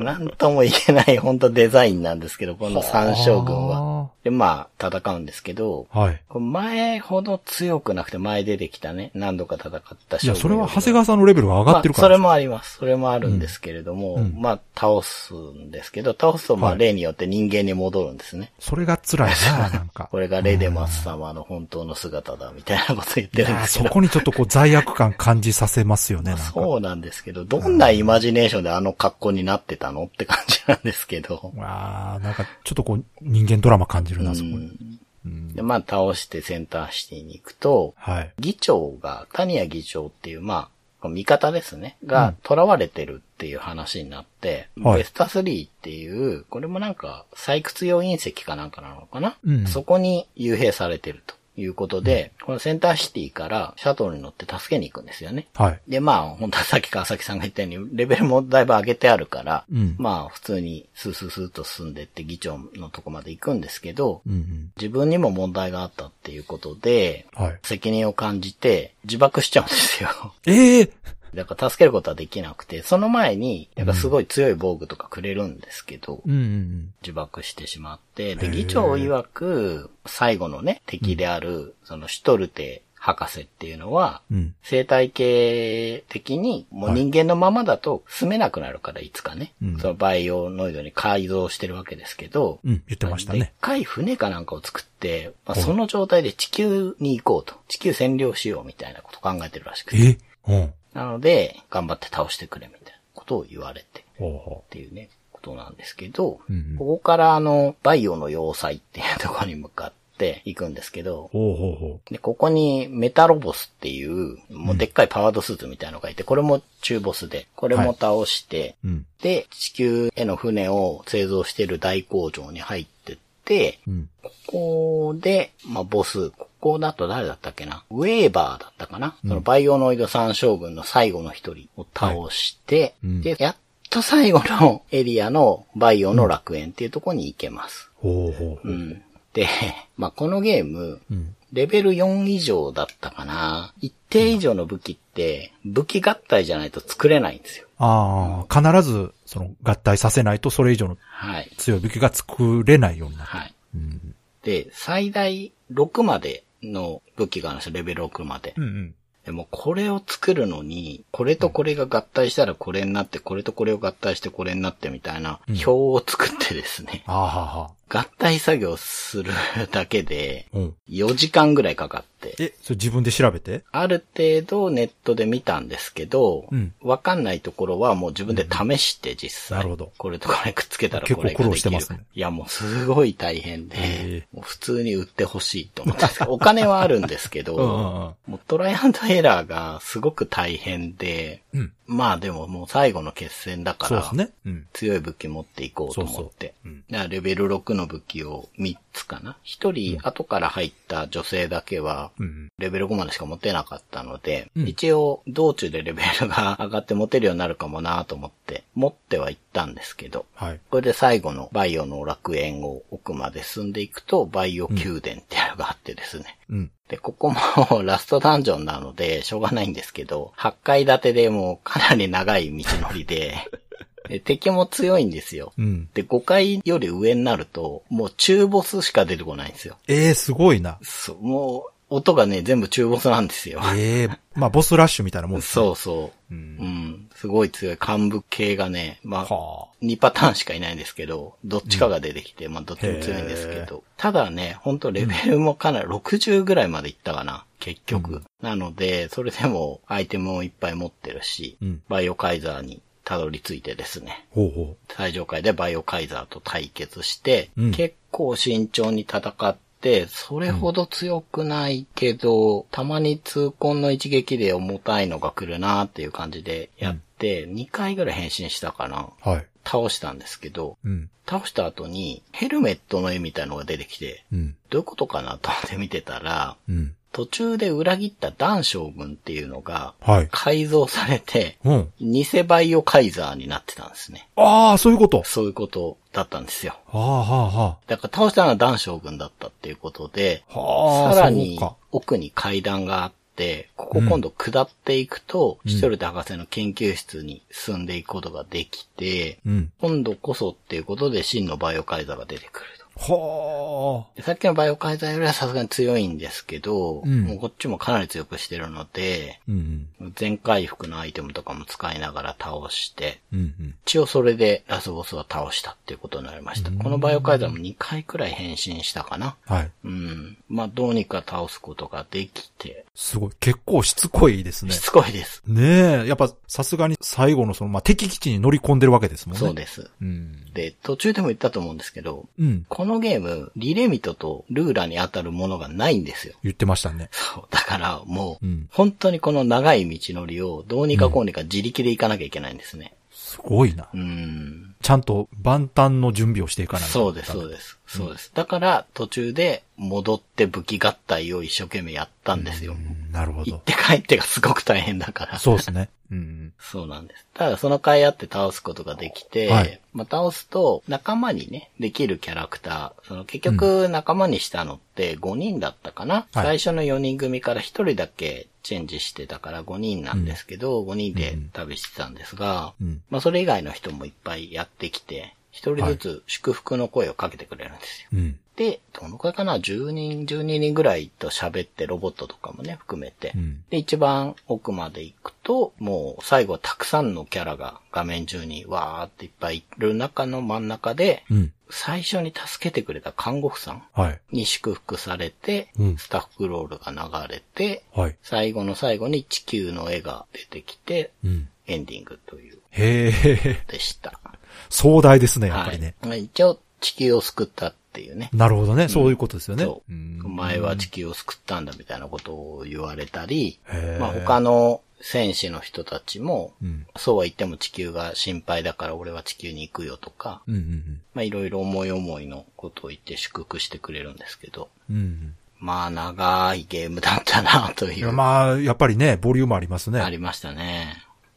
Speaker 3: なんとも言えない本当デザインなんですけど、この三将軍は。で、まあ、戦うんですけど、
Speaker 2: あー。はい。
Speaker 3: これ前ほど強くなくて前出てきたね、何度か戦った
Speaker 2: い
Speaker 3: 将軍よりも。
Speaker 2: や、それは長谷川さんのレベルが上がってるから
Speaker 3: まあ、それ
Speaker 2: です。
Speaker 3: もあります。それもあるんですけれども、
Speaker 2: うんうん
Speaker 3: まあ、倒すんですけど、倒すとま
Speaker 2: は
Speaker 3: あ、
Speaker 2: い
Speaker 3: 例によって人間に戻るんですね。
Speaker 2: それが辛い な、なんか。
Speaker 3: これがレデマス様の本当の姿だ、みたいなこと言っ
Speaker 2: い
Speaker 3: てるん
Speaker 2: や
Speaker 3: で
Speaker 2: ー
Speaker 3: すけ
Speaker 2: そ
Speaker 3: ど。
Speaker 2: こにちょっとこう罪悪感感じさせますよね、なんか。
Speaker 3: そうなんですけど、どんなイマジネーションであの格好になってたのって感じなんですけど。
Speaker 2: あーなんかちょっとこう人間ドラマ感じるな、そこ
Speaker 3: う
Speaker 2: に。
Speaker 3: ん
Speaker 2: うん
Speaker 3: でまあ、倒してセンターシティに行くと、
Speaker 2: はい。
Speaker 3: 議長が、谷谷議長っていう、まあ、味方ですね。が、囚われてるっていう話になって、
Speaker 2: はい
Speaker 3: ベスタ3っていう、これもなんか、採掘用隕石かなんかなのかな、
Speaker 2: うん
Speaker 3: そこに幽閉されてると。いうことで、このセンターシティからシャトルに乗って助けに行くんですよね。
Speaker 2: はい。
Speaker 3: で、まあ、本当はさっき川崎さんが言ったように、レベルもだいぶ上げてあるから、
Speaker 2: うん。
Speaker 3: まあ、普通にスースースーっと進んでって議長のとこまで行くんですけど、
Speaker 2: うんうん。
Speaker 3: 自分にも問題があったっていうことで、
Speaker 2: はい。
Speaker 3: 責任を感じて自爆しちゃうんですよ。
Speaker 2: ええ
Speaker 3: だから助けることはできなくて、その前に、なんかすごい強い防具とかくれるんですけど、
Speaker 2: うんうん
Speaker 3: 自爆してしまって、
Speaker 2: へ
Speaker 3: で、
Speaker 2: ー
Speaker 3: 議長曰く、最後のね、敵である、そのシュトルテ博士っていうのは、
Speaker 2: うん。うん。
Speaker 3: 生態系的に、もう人間のままだと住めなくなるから、いつかね、
Speaker 2: うん
Speaker 3: そのバイオノイドに改造してるわけですけど、
Speaker 2: うん。言ってました
Speaker 3: でっ
Speaker 2: ね。
Speaker 3: かい船かなんかを作って、まあ、
Speaker 2: はい
Speaker 3: その状態で地球に行こうと。地球占領しようみたいなことを考えてるらしくて。
Speaker 2: えうん。
Speaker 3: なので、頑張って倒してくれみたいなことを言われてっ
Speaker 2: ほうほ
Speaker 3: ていうね、ことなんですけど、
Speaker 2: う。うんうん。
Speaker 3: こ
Speaker 2: ほ
Speaker 3: こからあの、バイオの要塞っていうところに向かって 行くんですけど、
Speaker 2: うほうほ
Speaker 3: で、ここにメタロボスっていう、もうでっかいパワードスーツみたいなのがいて、これも中ボスで、これも倒して、
Speaker 2: う。うん。
Speaker 3: で、地球への船を製造してる大工場に入ってって、
Speaker 2: うん。
Speaker 3: ここで、まあ、ボス、ここだと誰だったっけなウェーバーだったかな、そのバイオノイド三将軍の最後の一人を倒して、
Speaker 2: はいうん
Speaker 3: で、やっと最後のエリアのバイオの楽園っていうところに行けます。
Speaker 2: ほうほうほ
Speaker 3: う
Speaker 2: う。
Speaker 3: ん。で、 まあ、このゲーム、
Speaker 2: うん。
Speaker 3: レベル4以上だったかな一定以上の武器って、武器合体じゃないと作れないんですよ。
Speaker 2: ああ、必ず、その、合体させないと、それ以上の
Speaker 3: はい。
Speaker 2: 強い武器が作れないようになる。
Speaker 3: はい。
Speaker 2: うん。
Speaker 3: で、最大6までの武器があるんですよ、レベル6まで
Speaker 2: う。んうん。
Speaker 3: でもこれを作るのに、これとこれが合体したらこれになって、これとこれを合体してこれになってみたいな
Speaker 2: うん
Speaker 3: 表を作ってですね、
Speaker 2: ああはは。
Speaker 3: 合体作業するだけで
Speaker 2: うん。
Speaker 3: 4時間ぐらいかかって、
Speaker 2: え、それ自分で調べて
Speaker 3: ある程度ネットで見たんですけど
Speaker 2: うん、
Speaker 3: わ、かんないところはもう自分で試して実際、
Speaker 2: なるほど
Speaker 3: これとこれくっつけたら
Speaker 2: 結構
Speaker 3: これができる。
Speaker 2: 苦労してますね
Speaker 3: いやもうすごい大変
Speaker 2: へ
Speaker 3: で、もう普通に売ってほしいと思ったん ですけど、お金はあるんですけど、
Speaker 2: うんうんうん。
Speaker 3: もうトライアンドエラーがすごく大変で、
Speaker 2: うん。
Speaker 3: まあでももう最後の決戦だか
Speaker 2: そうで
Speaker 3: ら
Speaker 2: す、ね。うん。
Speaker 3: 強い武器持っていこうと思って。
Speaker 2: そうそううん
Speaker 3: だからレベル6の武器を3つかな。1人後から入った女性だけは、
Speaker 2: うん。
Speaker 3: レベル5までしか持てなかったので、
Speaker 2: うん
Speaker 3: 一応道中でレベルが上がって持てるようになるかもなと思って、持ってはいったんですけど、
Speaker 2: はい。
Speaker 3: これで最後のバイオの楽園を奥まで進んでいくと、バイオ宮殿っていうのがあってですね。
Speaker 2: うん。
Speaker 3: で、ここもラストダンジョンなので、しょうがないんですけど、8階建てでもうかなり長い道の りで、で敵も強いんですよ。
Speaker 2: うん。
Speaker 3: で、5階より上になると、もう中ボスしか出てこないんですよ。
Speaker 2: ええー、すごいな。
Speaker 3: そう、もう、音がね、全部中ボスなんですよ。
Speaker 2: ええまあ、ボスラッシュみたいなもんですね
Speaker 3: そうそう。
Speaker 2: うん
Speaker 3: うん。すごい強い幹部系がね、まあ、
Speaker 2: は
Speaker 3: 2パターンしかいないんですけど、どっちかが出てきて、まあどっちも強いんですけ
Speaker 2: へ
Speaker 3: ど、ただね、ほんとレベルもかなり60ぐらいまでいったかな、結局。
Speaker 2: うん
Speaker 3: なので、それでもアイテムをいっぱい持ってるし、
Speaker 2: うん
Speaker 3: バイオカイザーにたどり着いてですね、
Speaker 2: あ。ほうほ
Speaker 3: 最上階でバイオカイザーと対決して、
Speaker 2: うん
Speaker 3: 結構慎重に戦って、それほど強くないけど、たまに痛恨の一撃で重たいのが来るなっていう感じでやって、2回ぐらい変身したかな。
Speaker 2: う。はい。
Speaker 3: 倒したんですけど、
Speaker 2: うん。
Speaker 3: 倒した後にヘルメットの絵みたいのが出てきて、
Speaker 2: うん。
Speaker 3: どういうことかなと思って見てたら、
Speaker 2: うん。
Speaker 3: 途中で裏切ったダン将軍っていうのが
Speaker 2: はい。
Speaker 3: 改造されて、
Speaker 2: うん。
Speaker 3: 偽バイオカイザーになってたんですね。
Speaker 2: ああ、そういうこと。
Speaker 3: そういうことだったんですよ。
Speaker 2: はあ、はあ、は
Speaker 3: だから倒したのはダン将軍だったっていうことで、
Speaker 2: あ。はあ、
Speaker 3: さら
Speaker 2: そう
Speaker 3: に
Speaker 2: か。
Speaker 3: 奥に階段があって、ここ今度下っていくと、
Speaker 2: うん
Speaker 3: シトルテ博士の研究室に進んでいくことができて、
Speaker 2: うん。
Speaker 3: 今度こそっていうことで真のバイオカイザーが出てくると。
Speaker 2: はあ。
Speaker 3: でさっきのバイオカイザーよりはさすがに強いんですけど、
Speaker 2: うん
Speaker 3: もうこっちもかなり強くしてるので、
Speaker 2: うん。
Speaker 3: 全回復のアイテムとかも使いながら倒して、
Speaker 2: うん。うん。
Speaker 3: 一応それでラスボスは倒したっていうことになりました。
Speaker 2: うん
Speaker 3: このバイオカイザーも2回くらい変身したかな。
Speaker 2: はい。
Speaker 3: うん。まあ、どうにか倒すことができて、
Speaker 2: すごい。結構しつこいですね
Speaker 3: し。つこいです。
Speaker 2: ねえ。やっぱ、さすがに最後のその、まあ、敵基地に乗り込んでるわけですもんね。
Speaker 3: そうです。
Speaker 2: うん。
Speaker 3: で、途中でも言ったと思うんですけど、
Speaker 2: うん。
Speaker 3: このゲーム、リレミトとルーラに当たるものがないんですよ。
Speaker 2: 言ってましたね。
Speaker 3: そう。だから、もう、
Speaker 2: うん。
Speaker 3: 本当にこの長い道のりをどうにかこうにか自力で行かなきゃいけないんですね。
Speaker 2: すごいな
Speaker 3: う。ん。
Speaker 2: ちゃんと万端の準備をしていかないと。
Speaker 3: そうです、そうです。そうです。だから、途中で戻って武器合体を一生懸命やったんですよ。
Speaker 2: うんなるほ
Speaker 3: 行
Speaker 2: ど。
Speaker 3: って帰ってがすごく大変だから。
Speaker 2: そうですね。うん。
Speaker 3: そうなんです。ただその甲斐あって倒すことができて、
Speaker 2: はい
Speaker 3: まあ倒すと仲間にね、できるキャラクター、その結局仲間にしたのって5人だったかな、
Speaker 2: はい
Speaker 3: 最初の4人組から1人だけチェンジしてたから5人なんですけど、5人で旅してたんですが、
Speaker 2: うん。
Speaker 3: まあそれ以外の人もいっぱいやってきて、1人ずつ祝福の声をかけてくれるんですよ。
Speaker 2: うん。
Speaker 3: で、どのくらいかな ?10 人、12人ぐらいと喋ってロボットとかもね、含めて。
Speaker 2: うん。
Speaker 3: で、一番奥まで行くと、もう最後はたくさんのキャラが画面中にわーっていっぱいいる中の真ん中で、
Speaker 2: うん。
Speaker 3: 最初に助けてくれた看護婦さん
Speaker 2: はい。
Speaker 3: に祝福されて、
Speaker 2: うん
Speaker 3: スタッフロールが流れて、
Speaker 2: はい。
Speaker 3: 最後の最後に地球の絵が出てきて、
Speaker 2: うん。
Speaker 3: エンディングという、
Speaker 2: へえ、
Speaker 3: でした。
Speaker 2: 壮大ですね、やっぱりね。
Speaker 3: はい。一応、地球を救ったっていうね。
Speaker 2: なるほどね。そういうことですよね。
Speaker 3: そう。お前は地球を救ったんだみたいなことを言われたり、
Speaker 2: へー
Speaker 3: まあ他の戦士の人たちも、
Speaker 2: うん。
Speaker 3: そうは言っても地球が心配だから俺は地球に行くよとか、
Speaker 2: うん。うん
Speaker 3: まあいろいろ思い思いのことを言って祝福してくれるんですけど、
Speaker 2: うん。うん
Speaker 3: まあ長いゲームだったなと
Speaker 2: い
Speaker 3: い
Speaker 2: や。
Speaker 3: う、
Speaker 2: まあ、やっぱりね、ボリュームあります
Speaker 3: あ
Speaker 2: ね。
Speaker 3: りましたね。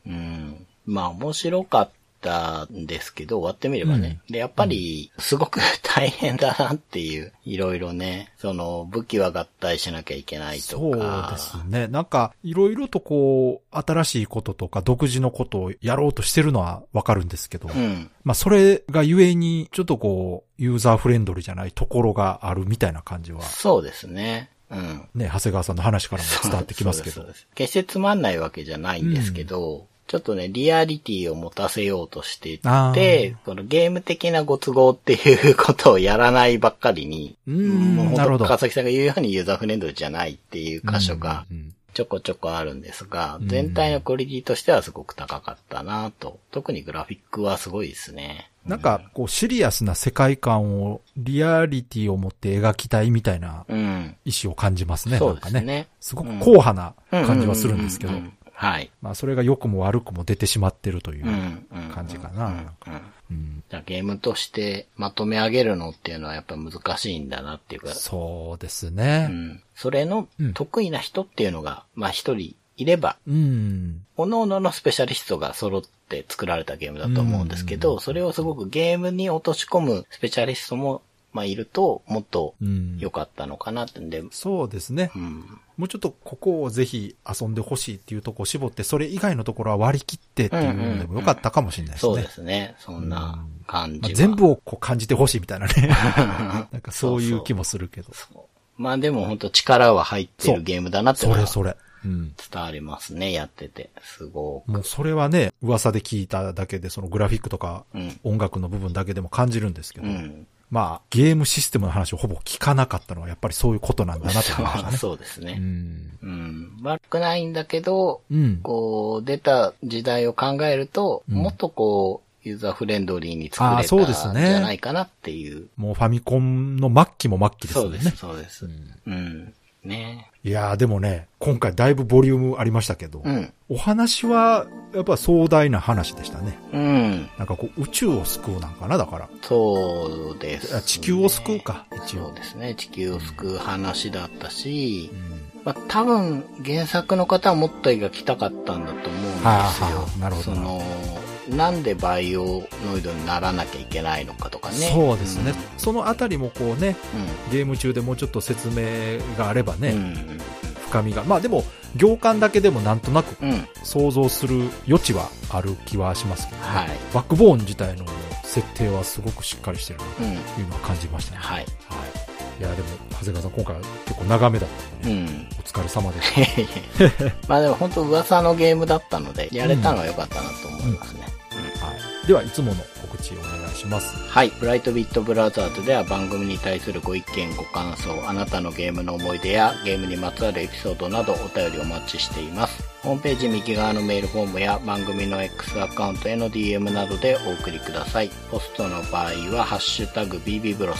Speaker 3: うん。まあ面白かったんですけど、終わってみればね。で、やっぱりすごく大変だなっていう、いろいろね、その武器は合体しなきゃいけないと
Speaker 2: そう
Speaker 3: か、
Speaker 2: ですね。なんか、いろいろとこう、新しいこととか、独自のことをやろうとしてるのはわかるんですけど、
Speaker 3: うん。
Speaker 2: まあ、それがゆえに、ちょっとこう、ユーザーフレンドリーじゃないところがあるみたいな感じは、
Speaker 3: そうですね。うん。
Speaker 2: ね、長谷川さんの話からも 伝わってきますけ
Speaker 3: そう
Speaker 2: ど
Speaker 3: で。すそうです決してつまんないわけじゃないんですけど、ちょっとね、リアリティを持たせようとしてい
Speaker 2: あ
Speaker 3: て
Speaker 2: ー、
Speaker 3: このゲーム的なご都合っていうことをやらないばっかりに、
Speaker 2: うーん
Speaker 3: もう本当
Speaker 2: なるほど
Speaker 3: 川崎さんが言うようにユーザーフレンドリーじゃないっていう箇所が
Speaker 2: うんうん
Speaker 3: ちょこちょこあるんですが、
Speaker 2: うん
Speaker 3: 全体のクオリティとしてはすごく高かったなと。特にグラフィックはすごいですね。
Speaker 2: なんか、こう、シリアスな世界観を、リアリティを持って描きたいみたいな
Speaker 3: うん。
Speaker 2: 意思を感じますね、
Speaker 3: そ
Speaker 2: な
Speaker 3: うんで
Speaker 2: か
Speaker 3: す
Speaker 2: ね。
Speaker 3: ね。
Speaker 2: すごく
Speaker 3: うん
Speaker 2: 硬派な感じはするんですけど
Speaker 3: うう、うんうんはい。
Speaker 2: まあ、それが良くも悪くも出てしまってるというう。
Speaker 3: んうんうん
Speaker 2: 感じかな
Speaker 3: うんうん
Speaker 2: うん
Speaker 3: だからゲームとしてまとめ上げるのっていうのはやっぱ難しいんだなっていうか、
Speaker 2: そうです
Speaker 3: う
Speaker 2: ね。
Speaker 3: ん、それの
Speaker 2: うん
Speaker 3: 得意な人っていうのが、まあ一人いれば、
Speaker 2: うん。
Speaker 3: 各々のスペシャリストが揃って作られたゲームだと思うんですけど、
Speaker 2: うん
Speaker 3: それをすごくゲームに落とし込むスペシャリストも、まあいると、もっと
Speaker 2: うん。
Speaker 3: 良かったのかなってんで、
Speaker 2: そうですね
Speaker 3: う。ん、
Speaker 2: もうちょっとここをぜひ遊んでほしいっていうところを絞って、それ以外のところは割り切ってっていうのでもよかったかもしれないです
Speaker 3: そう
Speaker 2: ね
Speaker 3: で。すね。そんな感
Speaker 2: まあ
Speaker 3: じは
Speaker 2: 全部をこう感じてほしいみたいなね。なんかそういう気もするけど。
Speaker 3: まあでも本当力は入って
Speaker 2: そう
Speaker 3: るゲームだなって
Speaker 2: そ
Speaker 3: のは
Speaker 2: れそれ。うん。
Speaker 3: 伝わりますね、やってて。すごく。
Speaker 2: もうそれはね、噂で聞いただけで、そのグラフィックとか
Speaker 3: うん。
Speaker 2: 音楽の部分だけでも感じるんですけど、
Speaker 3: うん。
Speaker 2: まあ、ゲームシステムの話をほぼ聞かなかったのはやっぱりそういうことなんだなと思いましたね。
Speaker 3: そうです
Speaker 2: う
Speaker 3: ね。
Speaker 2: ん。
Speaker 3: うん。悪くないんだけど、
Speaker 2: うん。
Speaker 3: こう、出た時代を考えると、
Speaker 2: うん
Speaker 3: もっとこう、ユーザーフレンドリーに作
Speaker 2: あー
Speaker 3: れ
Speaker 2: そうです
Speaker 3: たんじ
Speaker 2: ね
Speaker 3: ゃないかなっていう。
Speaker 2: もうファミコンの末期も末期です
Speaker 3: そ
Speaker 2: も
Speaker 3: うんで
Speaker 2: ね。
Speaker 3: す、そうです。うん。ね
Speaker 2: いやーでもね、今回だいぶボリュームありましたけど、
Speaker 3: うん。
Speaker 2: お話はやっぱ壮大な話でしたね。
Speaker 3: うん。
Speaker 2: なんかこう宇宙を救うなんかな、だから。
Speaker 3: そうです、
Speaker 2: あ地球を救う。か、一
Speaker 3: そう
Speaker 2: 応。
Speaker 3: ですね。地球を救う話だったし
Speaker 2: う、ん
Speaker 3: まあ、多分原作の方はもっと描きたかったんだと思うんですよ。
Speaker 2: はあはあなるほど
Speaker 3: そのなんでバイオノイドにならなきゃいけないのかとかね。
Speaker 2: そうですね。そのあたりもこうね、ゲーム中でもうちょっと説明があれば
Speaker 3: うん。
Speaker 2: ね、
Speaker 3: うん。
Speaker 2: 深みが。まあでも、行間だけでもなんとなく
Speaker 3: うん。うん。
Speaker 2: 想像する余地はある気はしますけど、ね
Speaker 3: はい。
Speaker 2: バックボーン自体の設定はすごくしっかりしてるな
Speaker 3: うん。
Speaker 2: というのは感じましたね。
Speaker 3: はい。
Speaker 2: はい。いや、でも、長谷川さん、今回は結構長めだったんで
Speaker 3: う
Speaker 2: ね、
Speaker 3: ん。
Speaker 2: お疲れ様でした。
Speaker 3: まあでも本当噂のゲームだったので、やれたのは良かったなと思いますね。
Speaker 2: はい。では、いつもの告知お願いします。
Speaker 3: はい。ブライトビットブラザーズでは番組に対するご意見、ご感想、あなたのゲームの思い出やゲームにまつわるエピソードなどお便りお待ちしています。ホームページ右側のメールフォームや番組の X アカウントへの DM などでお送りください。ポストの場合はハッシュタグ BB ブロス。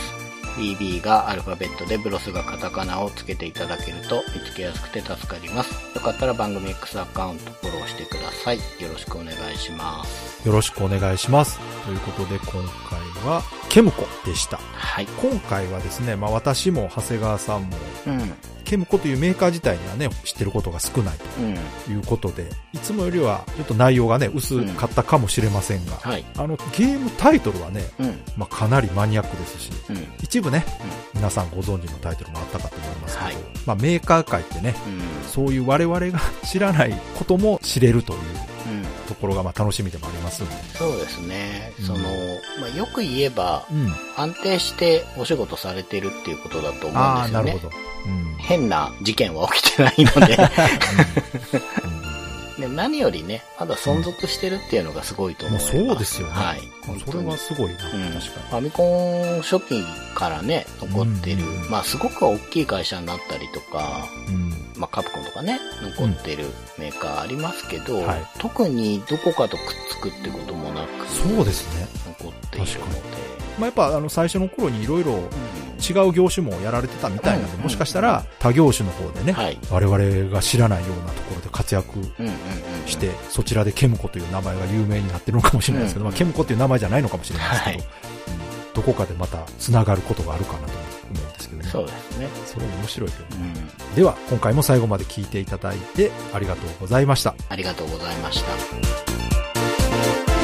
Speaker 3: BB がアルファベットでブロスがカタカナをつけていただけると見つけやすくて助かります。よかったら番組 X アカウントフォローしてください。よろしくお願いします。
Speaker 2: よろしくお願いします。ということで今回はケムコでした。
Speaker 3: はい。
Speaker 2: 今回はですね、まあ私も長谷川さんも、
Speaker 3: うん。
Speaker 2: ケムコというメーカー自体にはね、知ってることが少ないと
Speaker 3: うん。
Speaker 2: いうことで、いつもよりはちょっと内容がね、薄かったかもしれませんが、
Speaker 3: はい。
Speaker 2: あのゲームタイトルはね、
Speaker 3: うん。
Speaker 2: まあかなりマニアックですし、
Speaker 3: うん。
Speaker 2: 一部ね、皆さんご存知のタイトルもあったかと思いますけど、
Speaker 3: はい
Speaker 2: まあメーカー界ってね、
Speaker 3: うん。
Speaker 2: そういう我々が 知らないことも知れるという
Speaker 3: うん。
Speaker 2: ところがまあ楽しみでもありますんで。
Speaker 3: そうですね
Speaker 2: う。ん
Speaker 3: その、まあ、よく言えば、
Speaker 2: うん。
Speaker 3: 安定してお仕事されてるっていうことだと思うん
Speaker 2: あ
Speaker 3: で
Speaker 2: あ、
Speaker 3: す
Speaker 2: な
Speaker 3: よ
Speaker 2: る
Speaker 3: ね。
Speaker 2: ほど。うん。
Speaker 3: 変な事件は起きてないの で
Speaker 2: う
Speaker 3: で、何よりね、まだ存続してるっていうのがすごいと
Speaker 2: んも
Speaker 3: 思
Speaker 2: う
Speaker 3: います。
Speaker 2: そうですよね。
Speaker 3: はい。
Speaker 2: それはすごいな、
Speaker 3: うん、
Speaker 2: 確
Speaker 3: フ
Speaker 2: か
Speaker 3: ァミコン初期からね、残ってる、
Speaker 2: うん
Speaker 3: まあすごく大きい会社になったりとか、
Speaker 2: に。うん。
Speaker 3: まあカプコンとかね、残ってるメーカーありますけど、
Speaker 2: うんはい
Speaker 3: 特にどこかとくっつくってこともなく、
Speaker 2: そうですね。
Speaker 3: 残っているの
Speaker 2: 確
Speaker 3: で、
Speaker 2: まあ、やっぱあの最初の頃にいろいろ違う業種もやられてたみたいなの
Speaker 3: うん
Speaker 2: で、もしかしたら他業種の方でね、
Speaker 3: はい。
Speaker 2: 我々が知らないようなところで活躍
Speaker 3: うんうんうん。
Speaker 2: して、そちらでケムコという名前が有名になってるのかもしれないですけど、
Speaker 3: うん
Speaker 2: まあ、ケムコという名前じゃないのかもしれないですけど、
Speaker 3: はい
Speaker 2: うんどこかでまた繋がることがあるかなと思うんですけどね。
Speaker 3: そうですね。
Speaker 2: それ面白いけど。
Speaker 3: うん。
Speaker 2: では、今回も最後まで聞いていただいてありがとうございました。
Speaker 3: ありがとうございました。